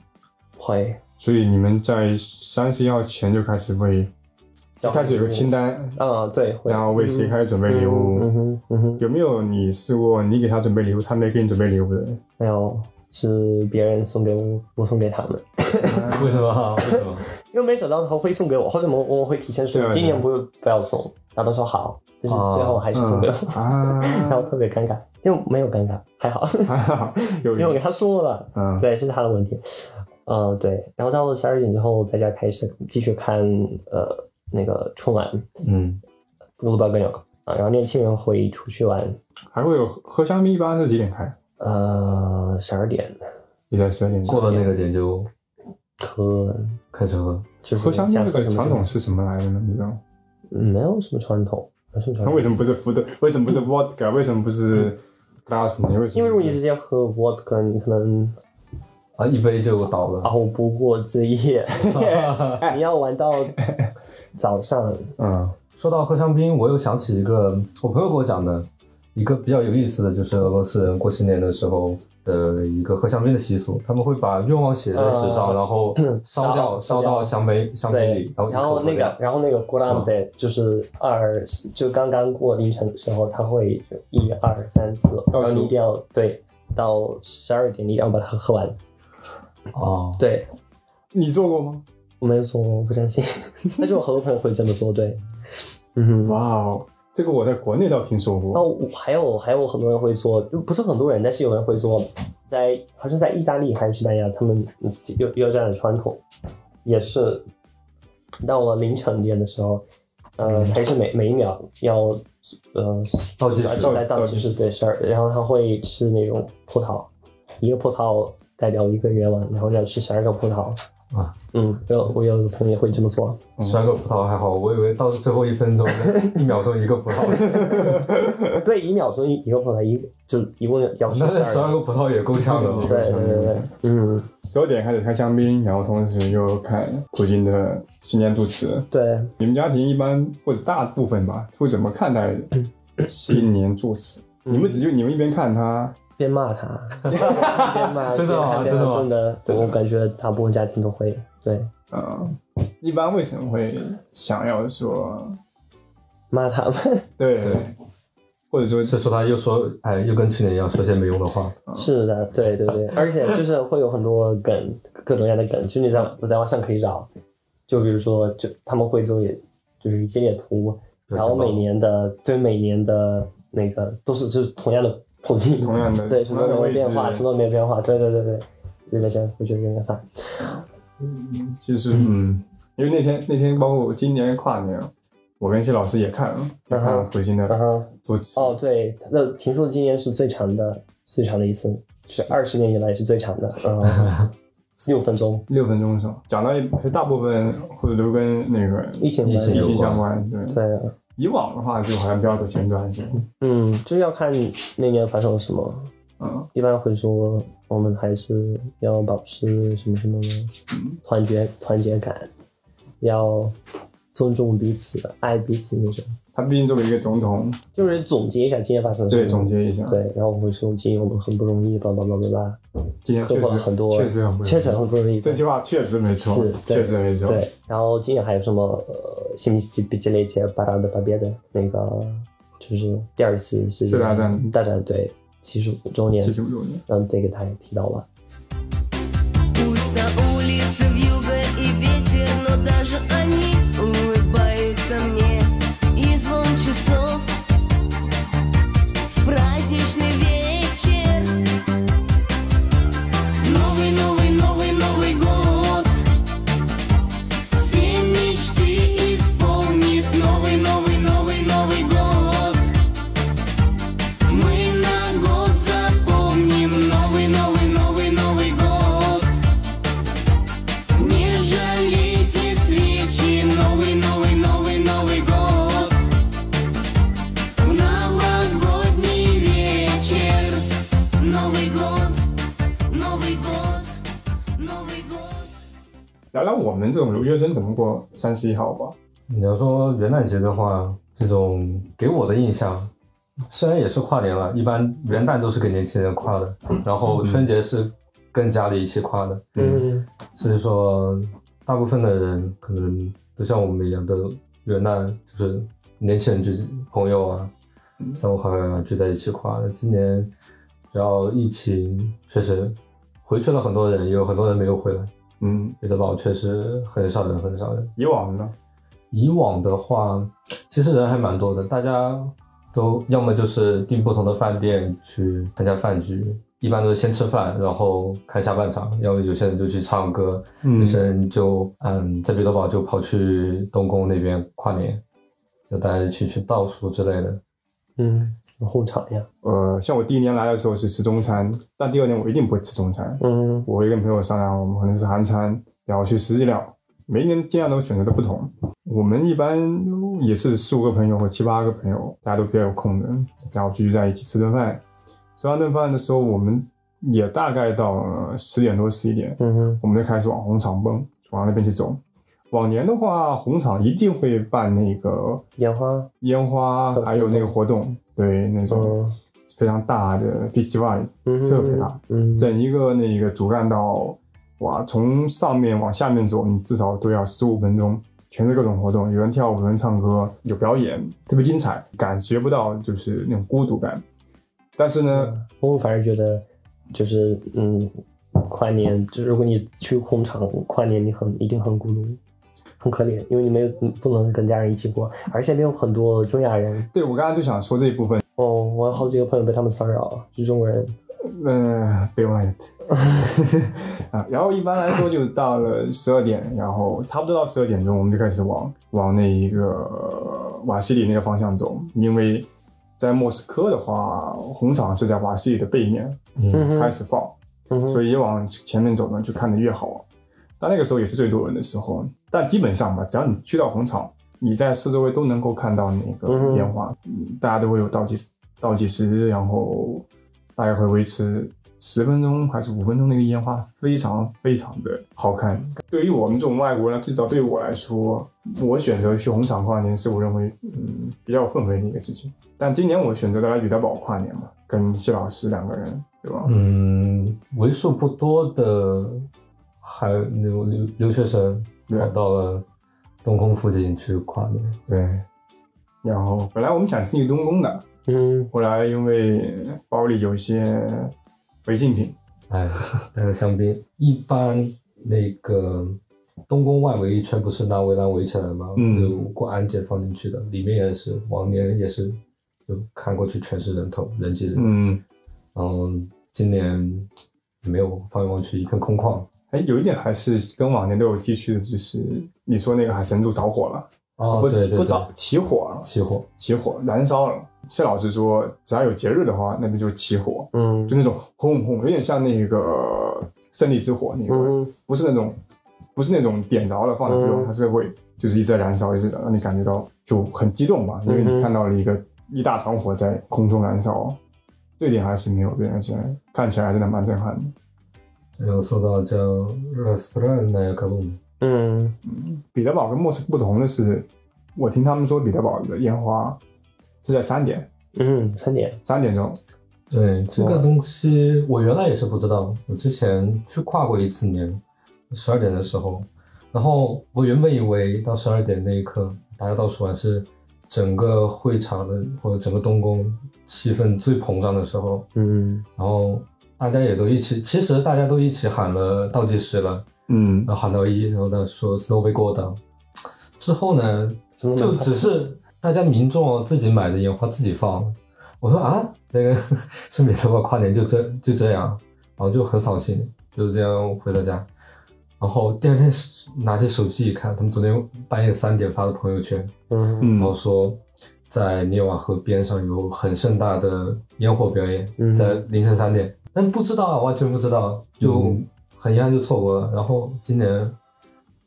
Speaker 3: 会
Speaker 2: 所以你们在三十一号前就开始为，就开始有个清单，
Speaker 3: 啊，对，会
Speaker 2: 然后为谁开始准备礼物。
Speaker 3: 嗯哼嗯哼，
Speaker 2: 有没有你试过你给他准备礼物，他没给你准备礼物的？
Speaker 3: 没有，是别人送给我，我送给他们，
Speaker 4: 为什么？为 什么？
Speaker 3: 因为没想到他会送给我，或者我我会提前
Speaker 2: 对
Speaker 3: 说
Speaker 2: 啊
Speaker 3: 今年不不要送，然后他说好，但是最后还是送给我，
Speaker 2: 啊，
Speaker 3: 然后特别尴尬，因为没有尴尬，还好，
Speaker 2: 还 好啊有
Speaker 3: 因为我给他说了，
Speaker 2: 嗯
Speaker 3: 对，是他的问题，嗯、对，然后到了十二点之后，大家开始继续看呃那个春晚《
Speaker 4: 嗯，
Speaker 3: 布鲁巴格鸟》啊，然后年轻人会出去玩，
Speaker 2: 还会有喝香槟，一般是几点开？
Speaker 3: 呃，十二点
Speaker 2: 也在十二点钟。
Speaker 4: 过了那个点就
Speaker 3: 喝。
Speaker 4: 开始喝。
Speaker 3: 就是
Speaker 2: 喝香槟
Speaker 3: 想
Speaker 2: 这个
Speaker 3: 什么
Speaker 2: 传
Speaker 3: 就
Speaker 2: 统是什么来着呢？你知道吗？
Speaker 3: 嗯没有什么传统，没有什么传
Speaker 2: 那
Speaker 3: 统
Speaker 2: 为。什么不是伏特？ 为什么不是 vodka？为什么不是 glass 呢？为什么不是？
Speaker 3: 嗯因为如果你直接喝 vodka，你可能
Speaker 4: 啊，一杯就倒了。
Speaker 3: 熬不过这一 夜，你要玩到早上。
Speaker 2: 嗯
Speaker 4: 说到喝香槟，我又想起一个我朋友给我讲的一个比较有意思的，就是俄罗斯人过新年的时候的一个喝香槟的习俗，他们会把愿望写在纸上，
Speaker 3: 呃
Speaker 4: 然后烧掉，
Speaker 3: 烧
Speaker 4: 烧到香杯香槟
Speaker 3: 对
Speaker 4: 里，，然后一
Speaker 3: 然
Speaker 4: 口
Speaker 3: 后
Speaker 4: 喝
Speaker 3: 那
Speaker 4: 掉
Speaker 3: 个，然后那个 g r a n d 就是二，就刚刚过凌晨的时候，他会就一二三四，
Speaker 2: 倒数
Speaker 3: 然后你一定要对到十二点，你一定要把它喝完。
Speaker 4: 哦，
Speaker 3: 对，
Speaker 2: 你做过吗？
Speaker 3: 我没有说我不相信，但是我很多朋友会这么说。对，嗯哼。
Speaker 2: 哇哦，这个我在国内倒听说
Speaker 3: 然
Speaker 2: 过。
Speaker 3: 后我还有还有很多人会做，就不是很多人，但是有人会做，在好像在意大利还是西班牙，他们有有这样的传统，也是到了凌晨点的时候，呃，还是每每一秒要呃
Speaker 4: 倒计
Speaker 3: 来
Speaker 4: 时
Speaker 2: 倒
Speaker 3: 来倒计时对十二，然后他会吃那种葡萄，一个葡萄代表一个愿望，然后要吃十二个葡萄
Speaker 4: 啊，
Speaker 3: 嗯，有我有个朋友也会这么做，
Speaker 4: 十二个葡萄还好，我以为到最后一分钟一秒钟一个葡 萄，
Speaker 3: 对，一秒钟一一个葡萄，一个就一共 要吃
Speaker 4: 那这
Speaker 3: 十
Speaker 4: 十
Speaker 3: 二
Speaker 4: 二
Speaker 3: 个，
Speaker 4: 个葡萄也够呛的
Speaker 3: 对对
Speaker 4: 了。哦
Speaker 3: 对对，嗯。
Speaker 2: 十二点开始开香槟，然后同时又看普京的新年祝词。
Speaker 3: 对，
Speaker 2: 你们家庭一般或者大部分吧，会怎么看待新年祝词？
Speaker 3: 嗯
Speaker 2: 你们只就你们一边看他，
Speaker 3: 边骂他， 边骂，
Speaker 4: 真的吗
Speaker 3: 边
Speaker 4: 真的
Speaker 3: 看边
Speaker 4: 吗
Speaker 3: 骂真的，我感觉大部分家庭都会对
Speaker 2: 呃，一般为什么会想要说
Speaker 3: 骂他们，
Speaker 2: 对，
Speaker 4: 对
Speaker 2: 或者说
Speaker 4: 是说他又说，哎，又跟去年一样说些没用的话。
Speaker 3: 是的，对对对，哦 而且就是会有很多梗，各种各样的梗，就你在我在网上可以找，就比如说，就他们会做也，就是一系列图，
Speaker 4: 表情
Speaker 3: 然后
Speaker 4: 包
Speaker 3: 每年的对每年的那个都是就是同样的口径，
Speaker 2: 同样的
Speaker 3: 对什
Speaker 2: 同
Speaker 3: 么
Speaker 2: 样
Speaker 3: 都
Speaker 2: 的
Speaker 3: 没
Speaker 2: 位置
Speaker 3: 变化，什么都没变化，对对对对，对对对，我觉得有点烦，
Speaker 2: 就是嗯，因为那天那天包括我今年跨年，我跟谢老师也看
Speaker 3: 嗯
Speaker 2: 了，也看了普京
Speaker 3: 然
Speaker 2: 的
Speaker 3: 后。
Speaker 2: 祝词。
Speaker 3: 嗯哦，对，那听说今年是最长的，最长的一次，是二十年以来是最长的。嗯，六分钟，
Speaker 2: 六分钟是吧？讲到一大部分或者都跟那个
Speaker 3: 疫情
Speaker 4: 疫
Speaker 3: 关
Speaker 2: 疫
Speaker 4: 情
Speaker 3: 系。
Speaker 2: 情相关。对，
Speaker 3: 对，啊
Speaker 2: 以往的话就好像比较走前端性，
Speaker 3: 嗯，就是要看那年发生了什么。
Speaker 2: 嗯，
Speaker 3: 一般会说我们还是要保持什么什么
Speaker 2: 嗯
Speaker 3: 团结团结感，要尊重彼此、爱彼此那种。
Speaker 2: 他毕竟作为一个总统，
Speaker 3: 就是总结一下今天发生了什么。
Speaker 2: 对，总结一下，
Speaker 3: 嗯对，然后我会说今天我们很不容易，巴拉巴拉巴拉，
Speaker 2: 今天确
Speaker 3: 克服了
Speaker 2: 实
Speaker 3: 很多，
Speaker 2: 确实很不容易
Speaker 3: 确实很不容易。
Speaker 2: 这句话确实没错
Speaker 3: 是，对
Speaker 2: 确实没错。
Speaker 3: 对，然后今年还有什么呃，新奇比基雷杰巴拉的巴别的那个，就是第二次世界
Speaker 2: 世大战
Speaker 3: 大战对七十五周年
Speaker 2: 七，十五周年，
Speaker 3: 嗯，这个他也提到了。
Speaker 5: Пусть на улице вьюга и ветер, но даже они улыбаются мне. И звон часов в праздничный вечер. Новый, новый, новый, новый год. Все мечты исполнит новый, новый, новый, новый год. Мы на год запомним новый, новый, новый, новый год. Не жалейте свечи, новый, новый, новый, новый год. В новогодний вечер, новый год, новый год, новый год.
Speaker 2: 聊聊我们这种留学生怎么过三十一号吧。
Speaker 4: 你要说元旦节的话，这种给我的印象，虽然也是跨年了，一般元旦都是给年轻人跨的，然后春节是跟家里一起跨的，
Speaker 3: 嗯
Speaker 4: 所以说大部分的人可能都像我们一样的元旦就是年轻人聚集朋友啊，三五好友啊聚在一起跨的。今年主要疫情确实回去了很多人，也有很多人没有回来，
Speaker 2: 嗯，
Speaker 4: 有的堡确实很少人，很少人。
Speaker 2: 以往呢，
Speaker 4: 以往的话，其实人还蛮多的，大家都要么就是订不同的饭店去参加饭局，一般都是先吃饭，然后看下半场；要么有些人就去唱歌，
Speaker 2: 嗯
Speaker 4: 有些人就嗯在彼得堡就跑去东宫那边跨年，就大家去去倒数之类的。
Speaker 3: 嗯，后场呀，
Speaker 2: 呃，像我第一年来的时候是吃中餐，但第二年我一定不会吃中餐，
Speaker 3: 嗯
Speaker 2: 我会跟朋友商量，我们可能是韩餐，然后去食日料。每一年尽量都选择的不同。我们一般呃也是四五个朋友或七八个朋友，大家都比较有空的，然后聚集在一起吃顿饭。吃完顿饭的时候，我们也大概到呃十点多十一点，
Speaker 3: 嗯
Speaker 2: 我们就开始往红场奔，往那边去走。往年的话，红场一定会办那个
Speaker 3: 烟花，
Speaker 2: 烟花，
Speaker 3: 活
Speaker 2: 还有那个活动，对那种
Speaker 3: 嗯
Speaker 2: 非常大的 festival，
Speaker 3: 嗯，
Speaker 2: 特别大，
Speaker 3: 嗯，
Speaker 2: 整一个那个主干道，哇，从上面往下面走，你至少都要十五分钟，全是各种活动，有人跳舞，有人唱歌，有表演，特别精彩，感觉不到就是那种孤独感。但是呢，
Speaker 3: 我反而觉得就是嗯，跨年，就如果你去红场跨年，你很一定很孤独，很可怜，因为你没有嗯不能跟家人一起过，而且那边有很多中亚人，
Speaker 2: 对我刚刚就想说这一部分，
Speaker 3: 哦，我有好几个朋友被他们骚扰，是中国人，
Speaker 2: 呃，别忘了 啊。然后一般来说就到了十二点，然后差不多到十二点钟，我们就开始往往那一个呃瓦西里那个方向走，因为在莫斯科的话，红场是在瓦西里的背面
Speaker 4: 嗯，
Speaker 2: 开始放，
Speaker 3: 嗯，
Speaker 2: 所
Speaker 3: 以
Speaker 2: 以越往前面走呢，就看得越好玩。啊但那个时候也是最多人的时候，但基本上吧，只要你去到红场，你在四周围都能够看到那
Speaker 3: 嗯
Speaker 2: 个
Speaker 3: 哼
Speaker 2: 烟花，嗯大家都会有倒计时，倒计时，然后大概会维持十分钟还是五分钟那个烟花，非常非常的好看。对于我们这种外国人，至少对于我来说，我选择去红场跨年是我认为嗯比较有氛围的一个事情。但今年我选择的来彼得堡跨年嘛，跟谢老师两个人，对吧？
Speaker 4: 嗯，为数不多的还留留留学生
Speaker 2: 对
Speaker 4: 跑到了东宫附近去跨年。
Speaker 2: 对，然后本来我们想进去东宫的，
Speaker 3: 嗯
Speaker 2: 后来因为包里有一些违禁品，
Speaker 4: 哎，带个香槟。一般那个东宫外围一圈不是拿围栏围起来吗？
Speaker 2: 嗯
Speaker 4: 有过安检放进去的，里面也是，往年也是，就看过去全是人头人挤人。
Speaker 2: 嗯，
Speaker 4: 然后今年没有，放眼望去一片空旷。
Speaker 2: 哎，有一点还是跟往年都有继续的，就是你说那个海神柱着火了，
Speaker 4: 哦，
Speaker 2: 不
Speaker 4: 对对对，
Speaker 2: 不着起火了，
Speaker 4: 起火。
Speaker 2: 起火燃烧了。谢老师说，只要有节日的话，那边就起火，
Speaker 3: 嗯
Speaker 2: 就那种轰轰，有点像那个胜利之火那个味，
Speaker 3: 嗯
Speaker 2: 不是那种不是那种点着了放在不用，
Speaker 3: 嗯
Speaker 2: 它是会就是一直在燃烧，一直让你感觉到就很激动吧，因为
Speaker 3: 嗯哼
Speaker 2: 你看到了一个一大团火在空中燃烧，这点还是没有变，而且看起来真的蛮震撼的。
Speaker 4: 没有搜到叫 Restaurant 格鲁姆，
Speaker 3: 嗯
Speaker 2: 彼得堡跟莫斯科不同的是，我听他们说彼得堡的烟花是在三点
Speaker 3: 嗯，三点，
Speaker 2: 三点钟，
Speaker 4: 对这个东西，我原来也是不知道。我之前去跨过一次年，十二点的时候，然后我原本以为到十二点那一刻，大家倒数完是整个会场的或者整个东宫气氛最膨胀的时候，
Speaker 3: 嗯
Speaker 4: 然后大家也都一起，其实大家都一起喊了倒计时了，
Speaker 2: 嗯，
Speaker 4: 然后喊到一，然后他说 “snow be g o d o w 之后呢，
Speaker 3: 什么
Speaker 4: 就
Speaker 3: 门口
Speaker 4: 只是大家民众自己买的烟花自己放。我说啊，这个 是没什么跨年就这就这样，然后就很扫兴，就这样回到家。然后第二天拿起手机一看，他们昨天半夜三点发的朋友圈，
Speaker 3: 嗯
Speaker 2: 嗯
Speaker 4: 然后说在涅瓦河边上有很盛大的烟火表演，
Speaker 3: 嗯
Speaker 4: 在凌晨三点，但不知道啊，完全不知道，就
Speaker 2: 嗯
Speaker 4: 很遗憾就错过了。然后今年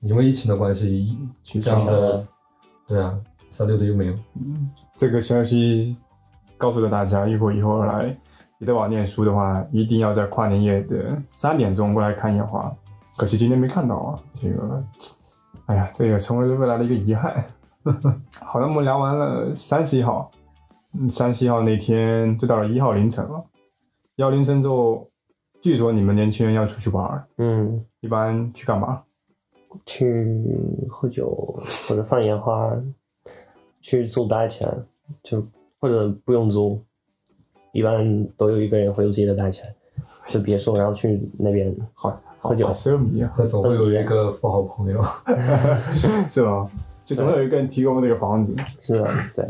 Speaker 4: 因为疫情的关系，
Speaker 2: 取
Speaker 4: 这样
Speaker 2: 消
Speaker 4: 的
Speaker 2: 了。
Speaker 4: 对啊，三六的又没有。
Speaker 2: 这个消息告诉了大家，如果以后来彼得堡念书的话，一定要在跨年夜的三点钟过来看烟花。可惜今天没看到啊，这个，哎呀，这也成为了未来的一个遗憾。好，那我们聊完了三十一号，三十一号那天就到了一号凌晨了。一号凌晨之后，据说你们年轻人要出去玩儿，
Speaker 3: 嗯，
Speaker 2: 一般去干嘛？
Speaker 3: 去喝酒或者放烟花，去租搭钱，就或者不用租，一般都有一个人会有自己的搭钱，就别墅，然后去那边
Speaker 2: 好，好
Speaker 3: 喝酒
Speaker 2: 好奢靡啊，
Speaker 4: 他总会有一个富豪朋友，
Speaker 2: 是吧？就总有一个人提供这个房子。
Speaker 3: 是吧？对，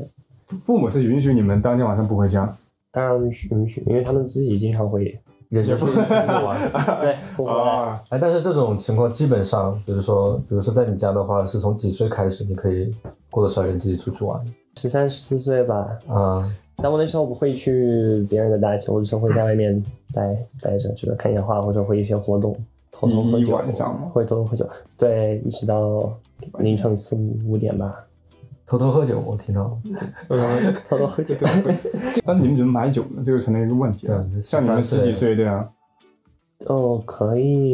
Speaker 2: 父母是允许你们当天晚上不回家，
Speaker 3: 当然允许允许，因为他们自己经常会
Speaker 4: 也是出去玩。
Speaker 3: 对不回来，
Speaker 2: 啊，
Speaker 4: 哎，但是这种情况基本上，比如说，比如说在你家的话，是从几岁开始你可以过了十二点自己出去玩
Speaker 3: 十三十四岁吧。
Speaker 4: 啊？
Speaker 3: 但我那时候不会去别人的搭钱，我只是会在外面待待着，就是看烟花或者会一些活动，偷偷喝
Speaker 2: 一
Speaker 3: 酒，
Speaker 2: 晚上吗
Speaker 3: 会偷偷喝酒，对，一直到凌晨四五点吧，
Speaker 4: 偷偷喝酒，我听到了。
Speaker 3: 嗯，偷偷 喝酒。
Speaker 2: 但呃是你们怎么买酒呢？这个成了一个问题啊。
Speaker 4: 对
Speaker 2: 像你们十几岁，对啊，
Speaker 3: 哦，可以，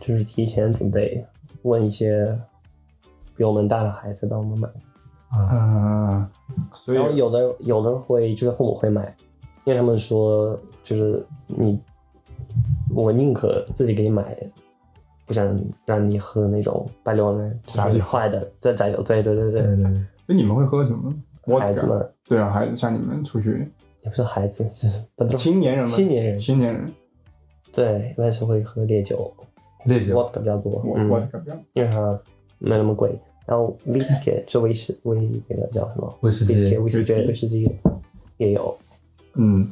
Speaker 3: 就是提前准备，问一些比我们大的孩子帮我们买，
Speaker 2: 啊，所以
Speaker 3: 然后有的有的会就是父母会买，因为他们说就是你，我宁可自己给你买，不想让你喝那种半流的
Speaker 2: 杂酒
Speaker 3: 坏的，对杂酒，对对对
Speaker 4: 对
Speaker 3: 对，
Speaker 4: 对对，
Speaker 2: 那你们会喝什么？
Speaker 3: 孩子
Speaker 2: Vodka
Speaker 3: 们
Speaker 2: 对啊，还是像你们出去
Speaker 3: 也不是孩子，就是不都
Speaker 2: 青年人吗？
Speaker 3: 青年人
Speaker 2: 青年人，
Speaker 3: 对，一般是会喝烈酒
Speaker 4: 烈酒，
Speaker 3: ，vodka 比较多，
Speaker 2: 我我
Speaker 3: 嗯，
Speaker 2: 可不要。
Speaker 3: 因为它没那么贵。然后 whisky 就威士威那个叫什么
Speaker 4: 威士
Speaker 3: whisky
Speaker 4: 忌，
Speaker 3: 威士忌威士忌也有，
Speaker 2: 嗯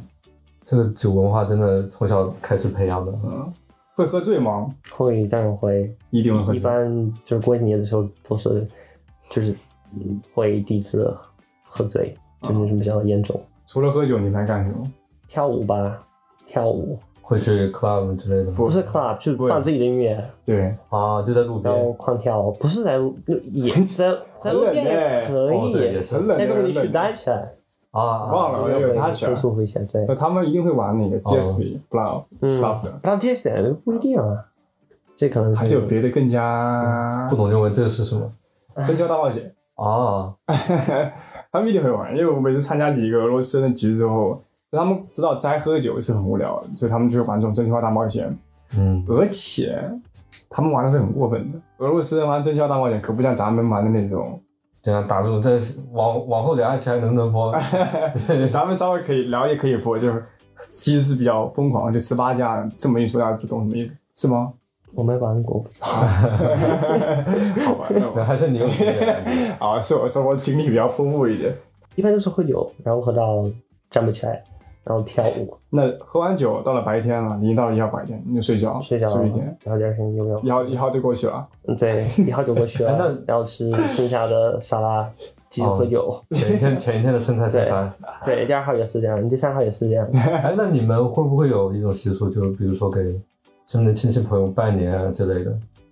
Speaker 4: 这个酒文化真的从小开始培养的。
Speaker 2: 嗯，会喝醉吗？
Speaker 3: 会当然会
Speaker 2: 一定会喝
Speaker 3: 一
Speaker 2: 醉。
Speaker 3: 般就是过年的时候都是，就是嗯会第一次喝醉，
Speaker 2: 哦
Speaker 3: 就是比较严重。
Speaker 2: 除了喝酒，你们还干什么？
Speaker 3: 跳舞吧，跳舞
Speaker 4: 会去 club 之类的吗
Speaker 2: 哦不
Speaker 3: 不是 club，就是
Speaker 2: 对
Speaker 3: 放自己的音乐，
Speaker 2: 对，
Speaker 4: 啊，就在路
Speaker 3: 然后
Speaker 2: 哦
Speaker 4: 边。
Speaker 3: 狂跳，不是在路也在在路边
Speaker 2: 哎
Speaker 3: 也可
Speaker 4: 哦，对，也
Speaker 3: 以，
Speaker 4: 是
Speaker 2: 很冷
Speaker 3: 但
Speaker 2: 的，
Speaker 3: 是你去
Speaker 2: 很
Speaker 3: 搭
Speaker 2: 冷。
Speaker 3: 起来，
Speaker 4: 啊
Speaker 2: 忘
Speaker 4: 啊，
Speaker 2: 了，有搭起来
Speaker 3: 会。舒服一些，对
Speaker 2: 那，呃他们一定会玩那个 Jesse Bluff
Speaker 3: 哦嗯，
Speaker 2: Bluff 的，
Speaker 3: 那这些不一定啊，这可能
Speaker 2: 还是有别的更加
Speaker 4: 不懂就问这是什么
Speaker 2: 真宵大冒险。
Speaker 4: 啊？
Speaker 2: 他们一定会玩，因为我每次参加几个俄罗斯人的局之后，他们知道斋喝酒是很无聊的，所以他们就玩这种真心话大冒险，
Speaker 4: 嗯，
Speaker 2: 而且他们玩的是很过分的。俄罗斯人玩真心话大冒险可不像咱们玩的那种，
Speaker 4: 这样啊打住，这是往往后聊下去还能不 能播？
Speaker 2: 咱们稍微可以聊也可以播，就是其实是比较疯狂，就十八加这么一说，大家就懂什么意思是吗？
Speaker 3: 我没玩过，不知道
Speaker 2: 好玩的吧，
Speaker 4: 还是你有经验
Speaker 2: 啊，是我生活经历比较丰富一点。
Speaker 3: 一般都是喝酒，然后喝到站不起来，然后跳舞
Speaker 2: 那喝完酒到了白天了，已经到了一号白天，你就睡觉，
Speaker 3: 睡觉，
Speaker 2: 睡一天，
Speaker 3: 然后第二天游泳。
Speaker 2: 一号一号就过去了。
Speaker 3: 嗯，对，一号就过 去
Speaker 4: 哎
Speaker 3: 了
Speaker 4: 那，
Speaker 3: 然后吃剩下的沙拉，继续
Speaker 2: 哦
Speaker 3: 喝酒。
Speaker 4: 前一天前一天的生态彩排。
Speaker 3: 对，第二号也是这样，第三号也是这样。
Speaker 4: 哎，那你们会不会有一种习俗，就比如说给身边的亲戚朋友拜年啊之类的，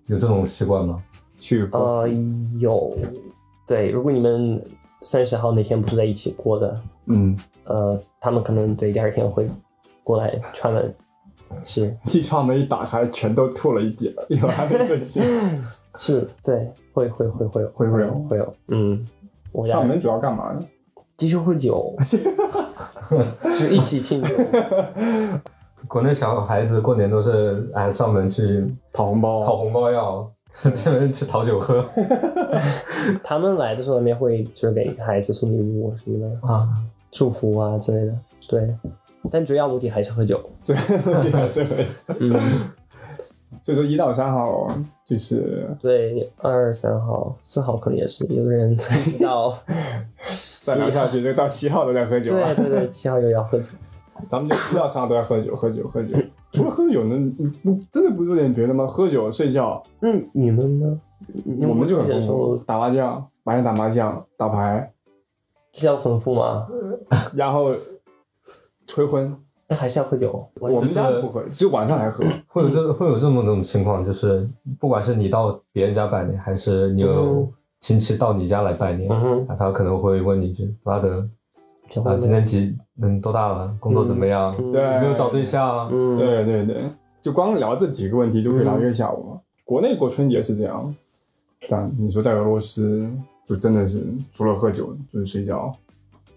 Speaker 4: 有这种习惯吗？
Speaker 2: 去 Boston
Speaker 3: 呃，有，对，如果你们三十号那天不是在一起过的，
Speaker 2: 嗯，
Speaker 3: 呃，他们可能对第二天会过来串门，是
Speaker 2: 机窗门一打开，全都吐了一点，因为还没睡 醒。
Speaker 3: 是，对，会会会会有
Speaker 2: 会会有
Speaker 3: 有会有，嗯，我家
Speaker 2: 上门主要干嘛呢？
Speaker 3: 继续 喝酒，就一起庆祝，
Speaker 4: 国内小孩子过年都是哎上门去
Speaker 2: 讨红包
Speaker 4: 讨红包要， 上门去讨酒喝
Speaker 3: 他们来的时候，那边会就是给孩子送礼物什么的，
Speaker 4: 啊。
Speaker 3: 祝福啊之类的，对，但主要目的还是喝酒，
Speaker 2: 这这个这个，
Speaker 3: 嗯，
Speaker 2: 所以说一到三号就是
Speaker 3: 对，二三号、四号可能也是，有的人到
Speaker 2: 再聊下去就到七号都在喝酒啊了
Speaker 3: 对。对对，七号又要喝酒，
Speaker 2: 咱们就一到三号都在喝酒，喝酒，喝酒。除了喝酒能不真的不做点别的吗？喝酒、睡觉，
Speaker 3: 嗯，你们呢？你
Speaker 2: 我们就很
Speaker 3: 不
Speaker 2: 丰
Speaker 3: 是
Speaker 2: 富
Speaker 3: 说，
Speaker 2: 打麻将，晚上打麻将、打牌，
Speaker 3: 是要丰富吗？
Speaker 2: 然后催婚。
Speaker 3: 那还是要喝酒。
Speaker 2: 我们家
Speaker 4: 就是
Speaker 2: 不喝，只有晚上才喝。
Speaker 4: 会
Speaker 3: 嗯
Speaker 4: 有这会有这么种情况，就是不管是你到别人家拜年，还是你有
Speaker 3: 嗯
Speaker 4: 亲戚到你家来拜年，
Speaker 3: 嗯哼，
Speaker 4: 啊，他可能会问你一句：“拉德
Speaker 3: 结婚
Speaker 4: 啊，
Speaker 3: 了
Speaker 4: 今年几嗯多大了？工作怎么样？
Speaker 3: 嗯
Speaker 2: 对，
Speaker 4: 有没有找对象啊？”
Speaker 3: 嗯，
Speaker 2: 对对对，就光聊这几个问题就可以聊一个下午嘛。国内过春节是这样，但你说在俄罗斯，就真的是除了喝酒就是睡觉，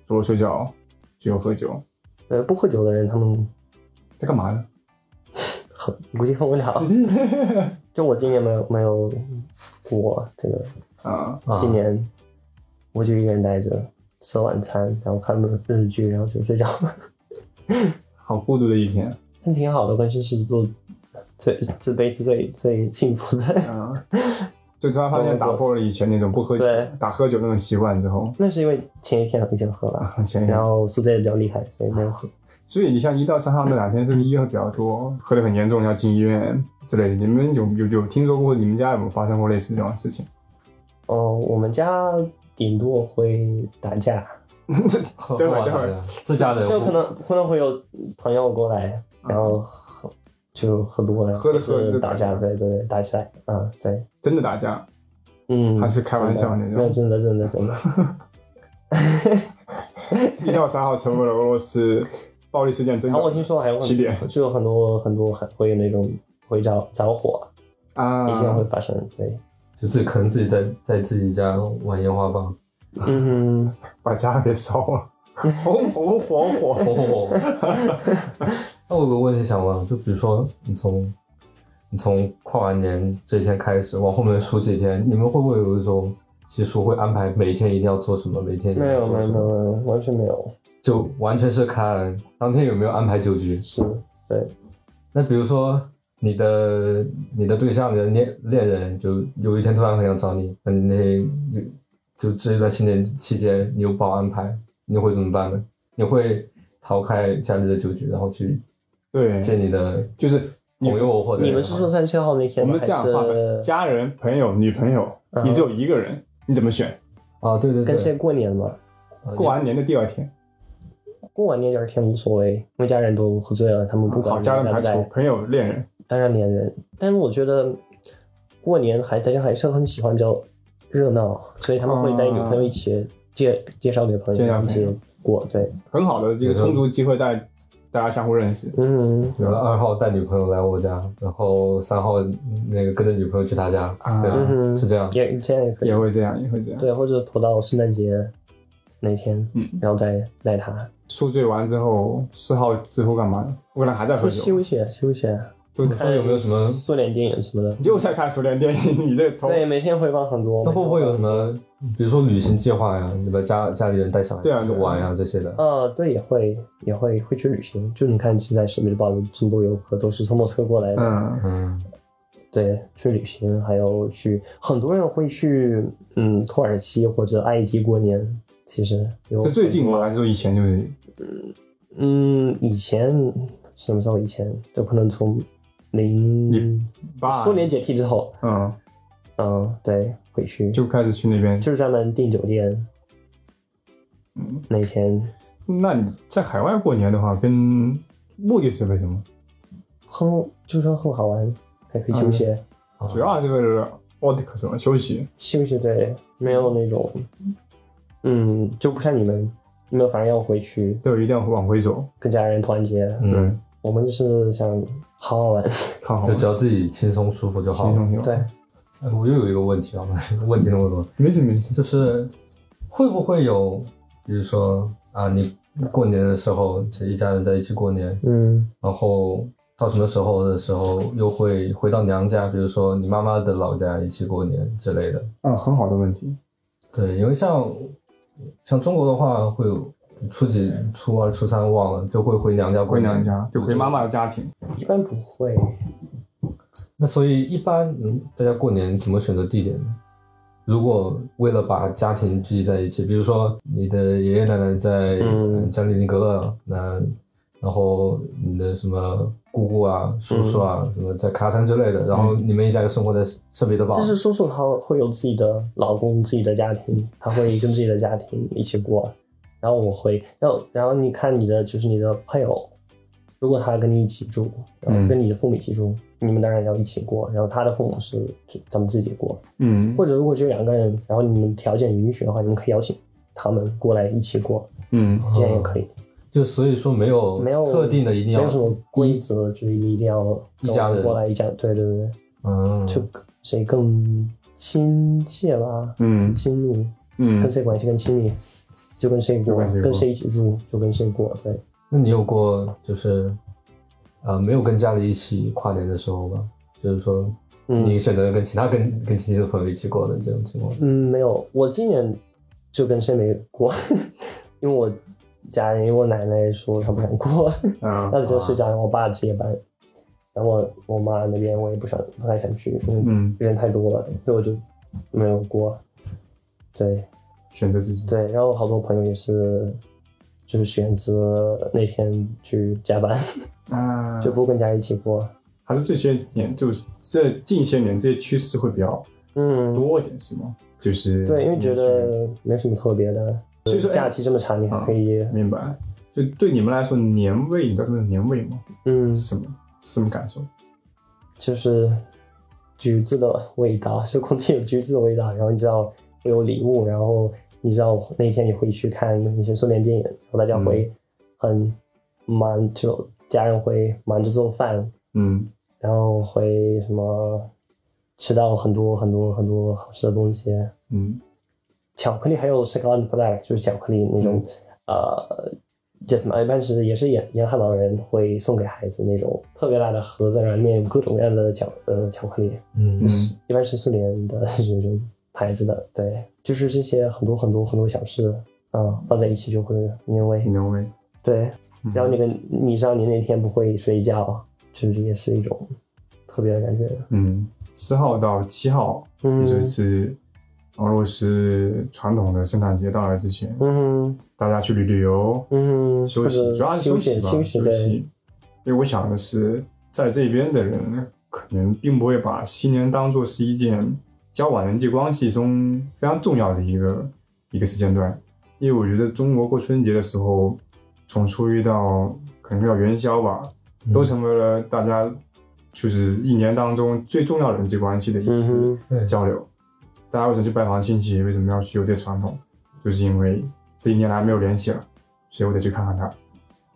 Speaker 2: 除了睡觉只有喝酒。
Speaker 3: 呃，不喝酒的人他们
Speaker 2: 在干 嘛呢？
Speaker 3: 很估计很无聊。就我今年没有没有过这个
Speaker 2: 啊，
Speaker 4: 啊
Speaker 3: 新 年，我就一个人待着，吃晚餐，然后看个日剧，然后就睡觉，
Speaker 2: 好孤独的一天。
Speaker 3: 但挺好的，跟狮子座最 这辈子最最幸福的。
Speaker 2: 啊，就突然发现
Speaker 3: 我
Speaker 2: 打破了以前那种不喝酒
Speaker 3: 对、
Speaker 2: 打喝酒那种习惯之后，
Speaker 3: 那是因为前一天已经喝了，
Speaker 2: 啊，前一天
Speaker 3: 然。后宿醉也比较厉害，所以没有喝。
Speaker 2: 所以你像一到三号那两天，是不是医喝比较多，喝得很严重要进医院之类的？你们有有有听说过，你们家有没有发生过类似这种事 情？
Speaker 3: 哦，我们家顶多会打架，
Speaker 4: 呵
Speaker 2: 等会儿
Speaker 4: 哇
Speaker 2: 等会儿
Speaker 4: 大家自家人
Speaker 3: 就可能可能会有朋友过来，然后喝就喝多了，
Speaker 2: 喝着
Speaker 3: 就是
Speaker 2: 喝着就
Speaker 3: 打
Speaker 2: 打
Speaker 3: 架，
Speaker 2: 架
Speaker 3: 对对对，打起来，啊，对，
Speaker 2: 真的打架？
Speaker 3: 嗯，
Speaker 2: 还是开玩笑那
Speaker 3: 真
Speaker 2: 种
Speaker 3: 的没有真的真的 真的，
Speaker 2: 一到三号成为了俄罗斯暴力事件增
Speaker 3: 然后我听
Speaker 2: 长
Speaker 3: 说还有
Speaker 2: 起
Speaker 3: 很
Speaker 2: 点
Speaker 3: 就有很多很多很会有那种会着着火，
Speaker 2: 啊！
Speaker 3: 以前会发生，对，
Speaker 4: 就自己可能自己在在自己家玩烟花吧。
Speaker 3: 嗯哼，
Speaker 2: 把家给烧了， 红红火火。
Speaker 4: 哦， 那我有个问题想问，就比如说你从你从跨完年这一天开始往后面数几天，你们会不会有一种习俗会安排每一天一定要做什么，每天一定
Speaker 3: 没
Speaker 4: 要
Speaker 3: 有没
Speaker 4: 做
Speaker 3: 有
Speaker 4: 什
Speaker 3: 没有
Speaker 4: 么？
Speaker 3: 没有，完全没有，
Speaker 4: 就完全是看当天有没有安排酒局。
Speaker 3: 是对，
Speaker 4: 那比如说你的你的对象、你的恋恋人，就有一天突然很想找你，那你那就这一段新年期间你有不好安排，你会怎么办呢？你会逃开家里的酒局，然后去
Speaker 2: 对，
Speaker 4: 见你的
Speaker 2: 就是
Speaker 4: 朋友或者
Speaker 3: 你们是说三七号那天
Speaker 2: 我
Speaker 3: 吗？
Speaker 2: 们
Speaker 3: 还
Speaker 2: 这样划分：
Speaker 3: 是
Speaker 2: 家人、朋友、女朋友，
Speaker 3: 嗯
Speaker 2: 你只有一个人，你怎么选？
Speaker 4: 啊？对对对，
Speaker 3: 跟谁过年嘛？
Speaker 4: 呃
Speaker 2: 过完年的第二天，
Speaker 3: 过完年第二天无所谓，因为家人都喝醉了，他们不管
Speaker 2: 好，
Speaker 3: 你
Speaker 2: 家人
Speaker 3: 在
Speaker 2: 排
Speaker 3: 不
Speaker 2: 除，
Speaker 3: 在，
Speaker 2: 朋友、恋人，
Speaker 3: 当然连人。但是我觉得过年还大家还是很喜欢比较热闹，所以他们会带女朋友一起介介绍给朋
Speaker 2: 介绍
Speaker 3: 友
Speaker 2: 给
Speaker 3: 一起过。对，
Speaker 2: 很好的这个充足机会带大家相互认识。
Speaker 3: 嗯，
Speaker 4: 有了二号带女朋友来我家，然后三号嗯那个跟着女朋友去他家，
Speaker 2: 啊
Speaker 4: 对
Speaker 3: 嗯
Speaker 4: 吧？
Speaker 3: 哼
Speaker 4: 是这样。
Speaker 3: 也这样也可以
Speaker 2: 也。会这样，也会这样。
Speaker 3: 对，或者拖到圣诞节那天，
Speaker 2: 嗯
Speaker 3: 然后再带他
Speaker 2: 宿醉完之后，四号之后干嘛？我可能还在喝
Speaker 3: 就
Speaker 2: 酒，
Speaker 3: 休息休息，
Speaker 2: 就
Speaker 4: 那有没有什么
Speaker 2: 嗯
Speaker 3: 苏联电影什么的？
Speaker 2: 又在看熟联电影，你这头
Speaker 3: 对，每天回放很多。
Speaker 4: 那会不会有什么，比如说旅行计划呀，你们家家里人带小孩
Speaker 2: 对啊
Speaker 4: 去
Speaker 2: 对啊
Speaker 4: 玩呀这些的？
Speaker 3: 呃，对，也会也会会去旅行。就你看现在视频报的诸多游客都是从莫斯科过来的，
Speaker 2: 嗯，
Speaker 4: 嗯，
Speaker 3: 对，去旅行，还有去很多人会去嗯土耳其或者埃及过年。其实有
Speaker 2: 是最近吗？还是说以前就是
Speaker 3: 嗯，以前什么时候以前就可能从零
Speaker 2: 八
Speaker 3: 苏联解体之后，
Speaker 2: 嗯，
Speaker 3: 嗯，对，回去
Speaker 2: 就开始去那边。
Speaker 3: 就是专门订酒店。
Speaker 2: 嗯
Speaker 3: 那天
Speaker 2: 那你在海外过年的话，跟目的是为什么？
Speaker 3: 很就是很好玩，还
Speaker 2: 嗯
Speaker 3: 可以休闲、
Speaker 4: 嗯
Speaker 2: 主要还是为了 Otic 什么休息，
Speaker 3: 休息，对，没有那种，嗯，就不像你们，你们反而要回去
Speaker 2: 就一定要往回走。
Speaker 3: 跟家人团结，
Speaker 2: 对
Speaker 4: 嗯，，
Speaker 3: 我们就是想好好玩，
Speaker 2: 看好
Speaker 4: 就只要自己轻松舒服就好
Speaker 2: 轻
Speaker 4: 了。
Speaker 2: 松轻松。
Speaker 3: 对，
Speaker 4: 哎我又有一个问题啊， 问题那么多，
Speaker 2: 没事没事，
Speaker 4: 就是会不会有，比如说啊，你过年的时候这一家人在一起过年，
Speaker 3: 嗯
Speaker 4: 然后到什么时候的时候又会回到娘家，比如说你妈妈的老家一起过年之类的。
Speaker 2: 嗯，很好的问题。
Speaker 4: 对，因为像像中国的话，会有初几、初二、初三忘了，就会回娘家过
Speaker 2: 回
Speaker 4: 年。
Speaker 2: 娘家就回妈妈的家庭，
Speaker 3: 一般不会，
Speaker 4: 那所以一般嗯，大家过年怎么选择地点呢？如果为了把家庭聚集在一起，比如说你的爷爷奶奶在
Speaker 3: 嗯
Speaker 4: 呃加里宁格勒，那、然后你的什么姑姑啊、叔叔啊，
Speaker 3: 嗯
Speaker 4: 什么在喀山之类的，然后你们一家又生活在圣彼得堡
Speaker 3: 但，嗯是叔叔他会有自己的老公、自己的家庭，他会跟自己的家庭一起过。然后我会，然后然后你看你的就是你的配偶，如果他跟你一起住，然后跟你的父母一起住，你们当然要一起过。然后他的父母是就他们自己过，
Speaker 2: 嗯
Speaker 3: 或者如果只有两个人，然后你们条件允许的话，你们可以邀请他们过来一起过，
Speaker 2: 嗯，
Speaker 3: 这样也可以。
Speaker 4: 就所以说没有
Speaker 3: 没有
Speaker 4: 特定的一定
Speaker 3: 没
Speaker 4: 要
Speaker 3: 有什么规则，就是你一定要
Speaker 4: 一家人
Speaker 3: 过来一家，对对对，
Speaker 4: 嗯，
Speaker 3: 就谁更亲切吧，
Speaker 2: 嗯
Speaker 3: 亲密。
Speaker 2: 嗯
Speaker 3: 跟，谁关系更亲密，就跟谁过，
Speaker 2: 就跟谁过
Speaker 3: 跟谁一起住就跟谁过。对，
Speaker 4: 那你有过就是呃没有跟家里一起跨年的时候吗？就是说你
Speaker 3: 嗯
Speaker 4: 选择跟其他跟跟亲戚的朋友一起过的这种情况？
Speaker 3: 嗯，没有，我今年就跟谁没过， 因为我家人，因为我奶奶说她不想过，
Speaker 2: 啊，
Speaker 3: 那就是家人，我爸接班，然后我我妈那边我也不想不太想去，因为
Speaker 2: 嗯，
Speaker 3: 人太多了，所以我就没有过。对
Speaker 2: 选择自己，
Speaker 3: 对，然后好多朋友也是。就是选择那天去加班，
Speaker 2: 啊，
Speaker 3: 就不跟家一起过。
Speaker 2: 还是这些年，就是这近些年这些趋势会比较
Speaker 3: 嗯，
Speaker 2: 多一点，是吗？就是
Speaker 3: 对，因为觉得没什么特别的，
Speaker 2: 所以说哎
Speaker 3: 假期这么长，你还可以，
Speaker 2: 明白。就对你们来说，年味，你知道这个年味吗？
Speaker 3: 嗯
Speaker 2: 是，什么？是什么感受？
Speaker 3: 就是橘子的味道，就空气有橘子的味道，然后你知道会有礼物，然后你知道那天你会去看一些睡眠电影，然后大家会很忙，就家人会忙着做饭，
Speaker 2: 嗯
Speaker 3: 然后会什么吃到很多很多很多好吃的东西，
Speaker 2: 嗯
Speaker 3: 巧克力还有 second black，就是巧克力那种，呃，叫什么？一般是也是沿沿汉堡人会送给孩子那种特别大的盒子，然后里面有各种各样的巧呃巧克力，
Speaker 4: 嗯
Speaker 2: 嗯，
Speaker 3: 一般是苏联的那种牌子的， 对，就是这些很多很多很多小事，嗯，放在一起就会年味，
Speaker 2: 年味。
Speaker 3: 对，
Speaker 2: 嗯
Speaker 3: 然后那个你知道你那天不会睡觉，就是也是一种特别的感觉，
Speaker 2: 嗯，四号到七号，
Speaker 3: 嗯
Speaker 2: 也就是哦俄罗斯传统的圣诞节到来之前，
Speaker 3: 嗯哼
Speaker 2: 大家去旅旅游、
Speaker 3: 嗯哼，
Speaker 2: 休
Speaker 3: 或
Speaker 2: 息，
Speaker 3: 者
Speaker 2: 主要是
Speaker 3: 休
Speaker 2: 息
Speaker 3: 息
Speaker 2: 吧，休
Speaker 3: 休息对，
Speaker 2: 因为我想的是，在这边的人可能并不会把新年当做是一件交往人际关系中非常重要的一个一个时间段，因为我觉得中国过春节的时候，从初一到可能到元宵吧，
Speaker 3: 嗯
Speaker 2: 都成为了大家就是一年当中最重要的人际关系的一
Speaker 3: 嗯
Speaker 2: 次。
Speaker 3: 哼，
Speaker 4: 对
Speaker 2: 交流。大家为什么去拜访亲戚？为什么要去有这传统？就是因为这一年来没有联系了，所以我得去看看他。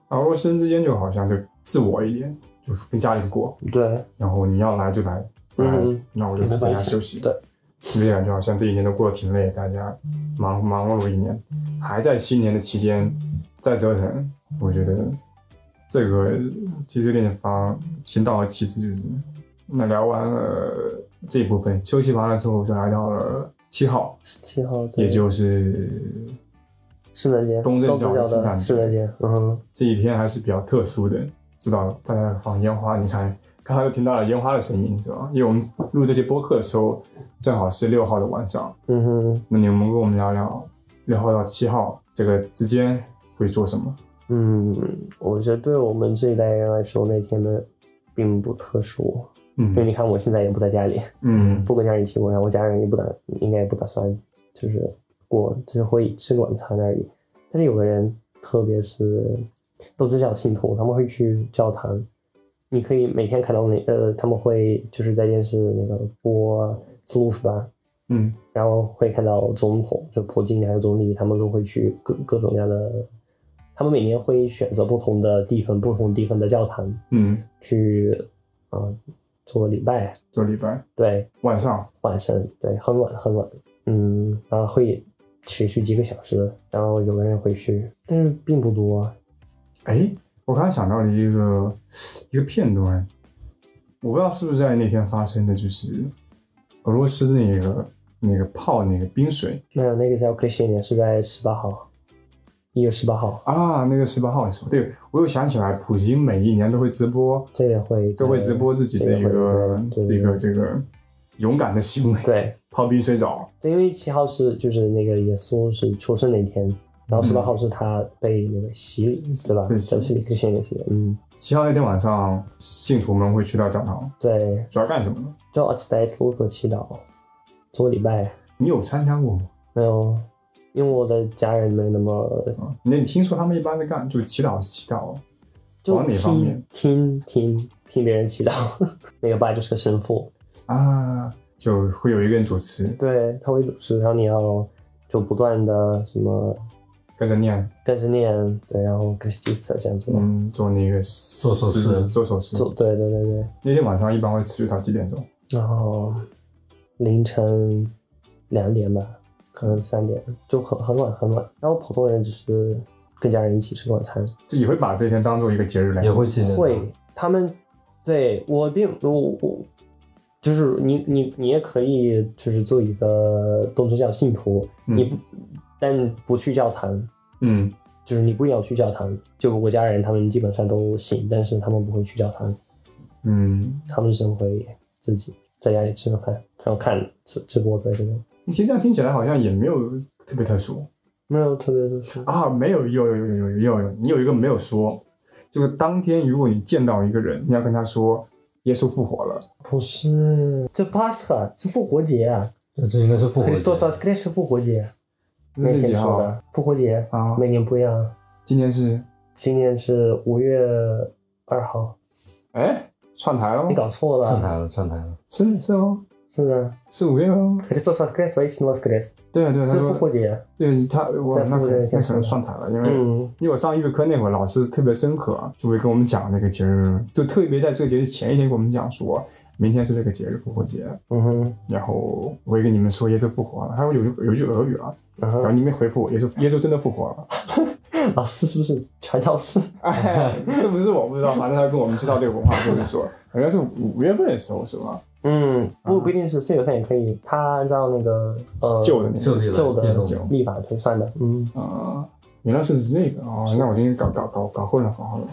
Speaker 2: 然后生之间就好像就自我一点，就是跟家里过，
Speaker 3: 对。
Speaker 2: 然后你要来就来，不来、
Speaker 3: 嗯
Speaker 2: 那我就
Speaker 3: 没
Speaker 2: 在家
Speaker 3: 关系
Speaker 2: 休息。
Speaker 3: 对，
Speaker 2: 就感觉好像这一年都过得挺累，大家忙忙碌了一年，还在新年的期间再折腾，我觉得这个其实有点方先到了其次，就是那聊完了这一部分，休息完了之后就来到了七号，
Speaker 3: 十七号，对
Speaker 2: 也就是
Speaker 3: 圣诞节，
Speaker 2: 东正
Speaker 3: 正
Speaker 2: 教的圣诞
Speaker 3: 的
Speaker 2: 节
Speaker 3: 圣诞节，嗯哼，
Speaker 2: 这一天还是比较特殊的，知道大家放烟花，你看刚才又听到了烟花的声音，是吧？因为我们录这些播客的时候正好是六号的晚上。
Speaker 3: 嗯哼，
Speaker 2: 那你们跟我们聊聊六号到七号这个之间会做什么？
Speaker 3: 嗯，我觉得对我们这一代人来说，那天的并不特殊，因为
Speaker 2: 嗯
Speaker 3: 你看我现在也不在家里，
Speaker 2: 嗯
Speaker 3: 不跟家人一起过，然后我家人也不打，应该也不打算就是过，只会吃个晚餐而已。但是有的人，特别是斗志教信徒，他们会去教堂，你可以每天看到那呃，他们会就是在电视那个播四路十八，
Speaker 2: 嗯
Speaker 3: 然后会看到总统，就普京还有总理，他们都会去各各种各样的，他们每年会选择不同的地方、不同地方的教堂
Speaker 2: 嗯，
Speaker 3: 去啊、呃做礼拜，
Speaker 2: 做礼拜
Speaker 3: 对，
Speaker 2: 晚上，
Speaker 3: 晚上对，很晚很晚，嗯，然后会持续几个小时，然后有的人会去，但是并不多，
Speaker 2: 哎，我刚刚想到了一个一个片段，我不知道是不是在那天发生的，就是俄罗斯的那个那个泡那个冰水
Speaker 3: 没有，那个叫克谢年是在十八号，一月十八号，
Speaker 2: 啊，那个十八号的时候，对我又想起来，普京每一年都会直播，
Speaker 3: 这也会
Speaker 2: 都会直播自己的一个
Speaker 3: 对
Speaker 2: 这
Speaker 3: 对
Speaker 2: 个这个勇敢的行为，
Speaker 3: 对
Speaker 2: 泡冰水澡，
Speaker 3: 对，因为七号是就是那个耶稣是出生那天，然后十八号是他被那个洗礼，对吧？
Speaker 2: 嗯对洗
Speaker 3: 叫
Speaker 2: 礼
Speaker 3: 洗礼克谢年洗礼，嗯，
Speaker 2: 七号那天晚上，信徒们会去到讲堂，
Speaker 3: 对，
Speaker 2: 主要干什么呢？
Speaker 3: 叫阿斯代鲁克祈祷，做礼拜，
Speaker 2: 你有参加过吗？
Speaker 3: 没有，因为我的家人没那么
Speaker 2: 啊，那你听说他们一般在干，就祈祷是祈祷，
Speaker 3: 就
Speaker 2: 往哪方面
Speaker 3: 听听听听别人祈祷， 那个爸就是个神父，
Speaker 2: 啊，就会有一个人主持
Speaker 3: 对他会主持，然后你要就不断的什么。
Speaker 2: 跟着念，
Speaker 3: 跟着念，对，然后跟几次这样子，
Speaker 2: 嗯，做那个做
Speaker 4: 手势
Speaker 2: 做手势。
Speaker 3: 做，对对对对，
Speaker 2: 那天晚上一般会持续到几点钟？
Speaker 3: 然后凌晨两点吧，可能三点，就很很晚很晚。然后普通人只是跟家人一起吃晚餐，
Speaker 2: 就也会把这一天当做一个节日来
Speaker 4: 也会纪念的
Speaker 3: 嗯会他们对我并我我就是你你你也可以就是做一个东正教信徒，
Speaker 2: 嗯
Speaker 3: 你不但不去教堂，
Speaker 2: 嗯，
Speaker 3: 就是你不一定要去教堂。就我家人他们基本上都信，但是他们不会去教堂。
Speaker 2: 嗯，
Speaker 3: 他们是会自己在家里吃个饭，然后看直直播对这种，
Speaker 2: 其实这样听起来好像也没有特别特殊
Speaker 3: 没有特别就是
Speaker 2: 啊，没有，有有有有有有有，你有一个没有说，就是当天如果你见到一个人，你要跟他说耶稣复活了，
Speaker 3: 不是这 Pascha 是复活节啊
Speaker 4: 那这应该是复活节。
Speaker 3: ，Christos a 是复活节，
Speaker 2: 那
Speaker 3: 那
Speaker 2: 是
Speaker 3: 天
Speaker 2: 几
Speaker 3: 说
Speaker 2: 号
Speaker 3: 的复活节，
Speaker 2: 啊？
Speaker 3: 每年不一样，
Speaker 2: 今天是
Speaker 3: 今年是五月二号，
Speaker 2: 哎串台了
Speaker 3: 你
Speaker 2: 吗？
Speaker 3: 搞错了，
Speaker 4: 上台了，上台了。
Speaker 2: 是是哦，
Speaker 3: 是的
Speaker 2: 是五月哦。
Speaker 3: ，Christos a 是 v a s n o s c r i s
Speaker 2: 对啊对啊，
Speaker 3: 这
Speaker 2: 他
Speaker 3: 是复
Speaker 2: 说
Speaker 3: 活节，
Speaker 2: 对他我
Speaker 3: 在
Speaker 2: 那可
Speaker 3: 复活节
Speaker 2: 能
Speaker 3: 那天
Speaker 2: 那可能
Speaker 3: 说的
Speaker 2: 串台了，因为。
Speaker 3: 嗯，
Speaker 2: 因为我上预备课那会儿，老师特别深刻啊，就会跟我们讲那个节日，就特别在这个节日前一天跟我们讲说，明天是这个节日复活节，
Speaker 3: 嗯哼，
Speaker 2: 然后我会跟你们说耶稣复活了，还有有有一句俄语啊，
Speaker 3: 嗯
Speaker 2: 然后
Speaker 3: 哼，
Speaker 2: 你们回复我耶稣耶稣真的复活了，
Speaker 3: 老师是不是传教士？
Speaker 2: 哎，是不是我不知道，反正他跟我们介绍这个文化，就是说好像是五月份的时候是吧？
Speaker 3: 嗯，不不一定是四月份也可以，他按照那个呃
Speaker 2: 旧的那个
Speaker 4: 就地来
Speaker 3: 旧
Speaker 4: 变
Speaker 3: 的
Speaker 4: 动
Speaker 2: 旧
Speaker 3: 立法推算的，嗯。
Speaker 2: 啊，原来是那个哦，那我今天搞搞搞搞混了，搞混了。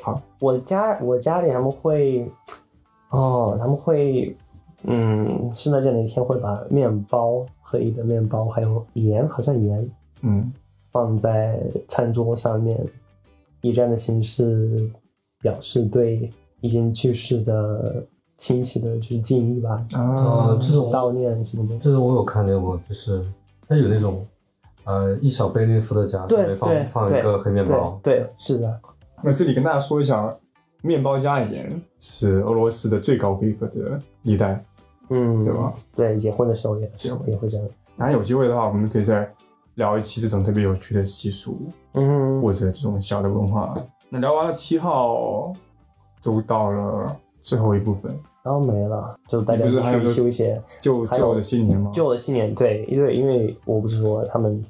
Speaker 2: 好，
Speaker 3: 我家我家里他们会，哦，他们会，嗯，圣诞节那天会把面包和一的面包还有盐，好像盐
Speaker 2: 嗯，
Speaker 3: 放在餐桌上面，以这样的形式表示对已经去世的亲戚的就是敬意吧，
Speaker 2: 啊
Speaker 4: 呃，，这种
Speaker 3: 悼念什么的。
Speaker 4: 这种我有看见过，就是它有那种呃一小杯绿伏特加，
Speaker 3: 对
Speaker 4: 里面
Speaker 3: 对
Speaker 4: 放放一
Speaker 3: 对
Speaker 4: 个黑面包
Speaker 3: 对，对，是的，
Speaker 2: 那这里跟大家说一下，面包加盐是俄罗斯的最高规格的一代，
Speaker 3: 嗯，
Speaker 2: 对吧？？
Speaker 3: 对，结婚的时候也是也会这样。
Speaker 2: 当然有机会的话，我们可以再聊一期这种特别有趣的习俗
Speaker 3: 嗯，
Speaker 2: 或者这种小的文化。那聊完了七号，就到了最后一部分，
Speaker 3: 然后没了，就大家
Speaker 2: 你不是还有
Speaker 3: 去
Speaker 2: 个哦
Speaker 3: 休息。
Speaker 2: 旧
Speaker 3: 还有
Speaker 2: 旧的新年吗？
Speaker 3: 旧的新年，对，因为因为我不是说他们，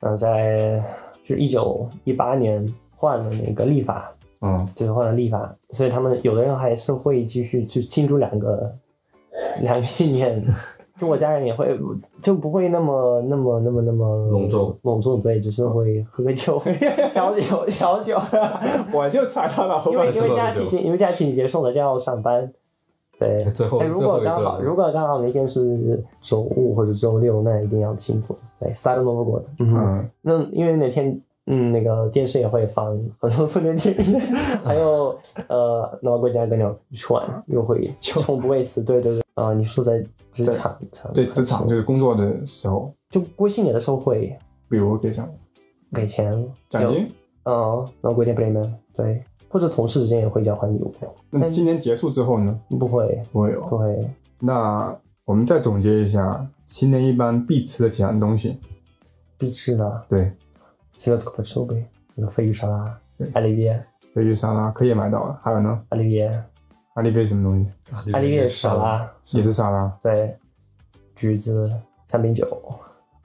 Speaker 3: 呃，在就是一九一八年换了那个立法，
Speaker 2: 嗯
Speaker 3: 就是换了立法，所以他们有的人还是会继续去庆祝两个两个新 年。就我家人也会，就不会那么那么那么那么
Speaker 4: 隆重
Speaker 3: 隆重，对，只是会喝个酒， 小酒小酒，
Speaker 2: 我就踩到了后
Speaker 3: 因为
Speaker 2: 半
Speaker 3: 因为假期结因为假期结束了就要上班，对，
Speaker 4: 最后
Speaker 3: 哎，如果
Speaker 4: 最
Speaker 3: 刚
Speaker 4: 后一
Speaker 3: 好
Speaker 4: 个
Speaker 3: 如果刚好那天是周五或者周六，那一定要庆祝。对 s t a r n o v o 嗯，
Speaker 2: 嗯，
Speaker 3: 那因为那天嗯，那个电视也会放很多苏联电影， 还有呃，那么国家跟鸟船又 会从不为此，对对对，啊、你说在职场上，
Speaker 2: 对，职场就是工作的时候，
Speaker 3: 就过新年的时候会
Speaker 2: 比如给奖
Speaker 3: 给钱啊
Speaker 2: 奖
Speaker 3: 有
Speaker 2: 金，
Speaker 3: 嗯，那我规定 b l a 对，或者同事之间也会交换礼物，
Speaker 2: 那今年结束之后呢？
Speaker 3: 不会
Speaker 2: 不会有。
Speaker 3: 不会，
Speaker 2: 那我们再总结一下，新年一般必吃的几样东西。
Speaker 3: 必吃的
Speaker 2: 对，
Speaker 3: 西洛特可吃呗，那个鲱鱼沙拉
Speaker 2: 对、
Speaker 3: 艾利月、
Speaker 2: 鲱鱼沙拉可以也买到了，还有呢，
Speaker 3: 艾利月、
Speaker 2: 阿丽贝什么东西？
Speaker 3: 艾利
Speaker 4: 嗯
Speaker 3: 月沙拉，
Speaker 2: 也是沙拉。
Speaker 3: 对，橘子、香槟酒，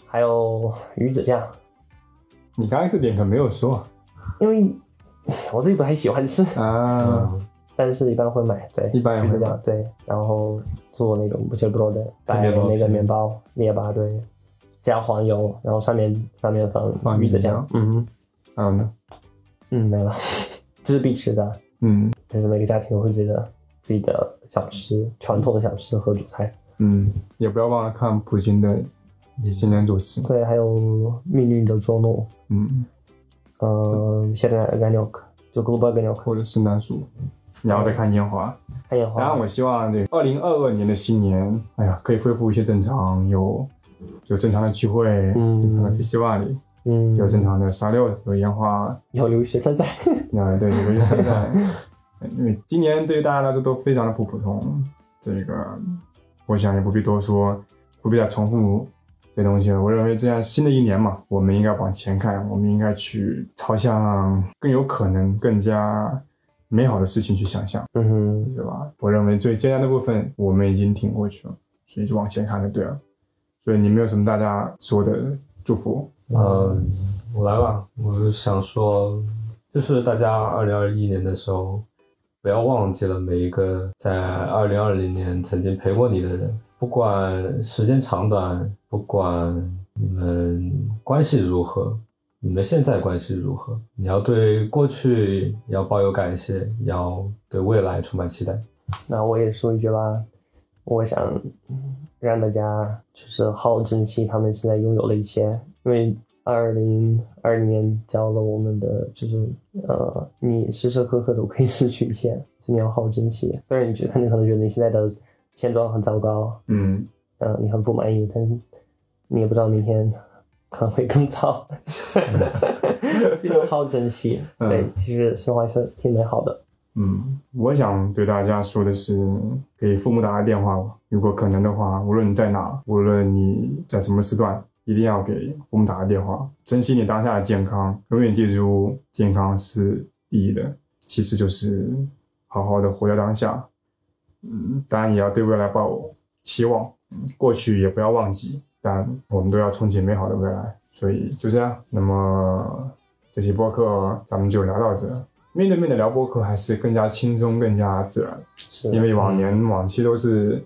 Speaker 3: 还有鱼子酱，
Speaker 2: 你刚才这点可没有说
Speaker 3: 因为我自己不太喜欢吃，
Speaker 2: 啊。
Speaker 4: 嗯，
Speaker 3: 但是一般会买，对，
Speaker 2: 一般也
Speaker 3: 就
Speaker 2: 会
Speaker 3: 是这
Speaker 2: 买
Speaker 3: 样，对，然后做那种不切 b r o 的，摆
Speaker 4: 面包
Speaker 3: 那个
Speaker 4: 片
Speaker 3: 面包列巴，对，加黄油，然后上面上面放
Speaker 2: 放
Speaker 3: 鱼
Speaker 2: 鱼
Speaker 3: 子
Speaker 2: 子
Speaker 3: 酱
Speaker 2: 酱，
Speaker 3: 嗯
Speaker 2: 还有呢，
Speaker 3: 嗯，没了， 这是必吃的，
Speaker 2: 嗯
Speaker 3: 就是每个家庭有自己的自己的小吃，传统的小吃和主菜，
Speaker 2: 嗯，也不要忘了看普京的新年主持。
Speaker 3: 对，还有命运的捉弄，
Speaker 2: 嗯，
Speaker 3: 呃，现在 g a n o k 就 g l o b a l g a n o k
Speaker 2: 或者圣诞树，然后再看烟花。
Speaker 3: 看烟
Speaker 2: 当然，
Speaker 3: 花，
Speaker 2: 我希望这二零二二年的新年，哎呀，可以恢复一些正常，有有正常的聚会，
Speaker 3: 嗯
Speaker 2: 正常的 festival，
Speaker 3: 嗯，
Speaker 2: 有正常的沙六，有烟花，
Speaker 3: 有留学生在，
Speaker 2: 啊，对，尤其现在，因为今年对于大家来说都非常的不普通，这个我想也不必多说，不必再重复这东西了。我认为这样新的一年嘛，我们应该往前看，我们应该去朝向更有可能、更加美好的事情去想象，
Speaker 3: 嗯哼，
Speaker 2: 对吧？我认为最艰难的部分我们已经挺过去了，所以就往前看就对了。所以你们有什么大家说的祝福？
Speaker 4: 嗯，我来吧，我就想说，就是大家二零二一年的时候，不要忘记了每一个在二零二零年曾经陪过你的人，不管时间长短，不管你们关系如何，你们现在关系如何，你要对过去也要抱有感谢，也要对未来充满期待。
Speaker 3: 那我也说一句吧，我想让大家就是好好珍惜他们现在拥有的一切，因为二零二零年教了我们的就是呃，你时时刻刻都可以失去一切，所以你要好好珍惜。虽然你觉得你可能觉得你现在的现状很糟糕，
Speaker 2: 嗯，
Speaker 3: 嗯、你很不满意，但是你也不知道明天可能会更糟，所以要 好好珍惜。
Speaker 2: 嗯
Speaker 3: 对，其实生活还是挺美好的。
Speaker 2: 嗯，我想对大家说的是，给父母打个电话吧。如果可能的话，无论你在哪，无论你在什么时段，一定要给父母打个电话。珍惜你当下的健康，永远记住健康是第一的，其次就是好好的活在当下。嗯，当然也要对未来抱有期望，嗯，过去也不要忘记，但我们都要憧憬美好的未来。所以就这样，那么这期播客咱们就聊到这。面对面的聊播客还是更加轻松、更加自然，
Speaker 3: 是
Speaker 2: 因为往年往期都是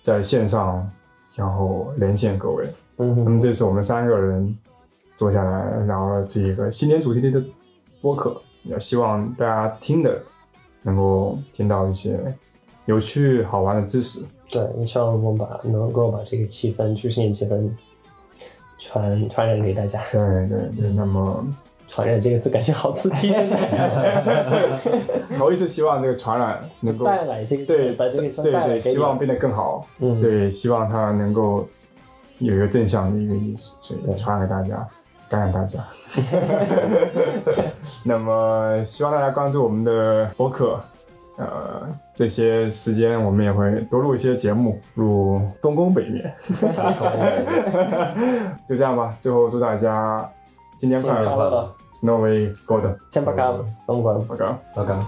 Speaker 2: 在线上，然后连线各位。
Speaker 3: 嗯
Speaker 2: 那
Speaker 3: 哼
Speaker 2: 么这次我们三个人坐下来聊了这个新年主题的播客，也希望大家听的能够听到一些有趣好玩的知识。
Speaker 3: 对，也希望我们把能够把这个气氛，去新年气氛传传染给大家。
Speaker 2: 对对对，那么
Speaker 3: 传染这个字感觉好刺 激，现在
Speaker 2: 头一次希望这个传染能够
Speaker 3: 带来这个
Speaker 2: 对
Speaker 3: 把这个气氛
Speaker 2: 对
Speaker 3: 带来
Speaker 2: 对，
Speaker 3: 给你
Speaker 2: 希望变得更好。
Speaker 3: 嗯
Speaker 2: 对，希望它能够有一个正向的一个意识，所以
Speaker 3: 对
Speaker 2: 传染给大家，感染大家。 那么希望大家关注我们的播客，呃，这些时间我们也会多录一些节目，录东宫北 面。就这样吧，最后祝大家新年快
Speaker 3: 新年快
Speaker 2: 乐
Speaker 3: 乐
Speaker 2: 嗯，Snowy Golden，
Speaker 3: 先把嘎东莞。
Speaker 2: 好的。
Speaker 4: 大家。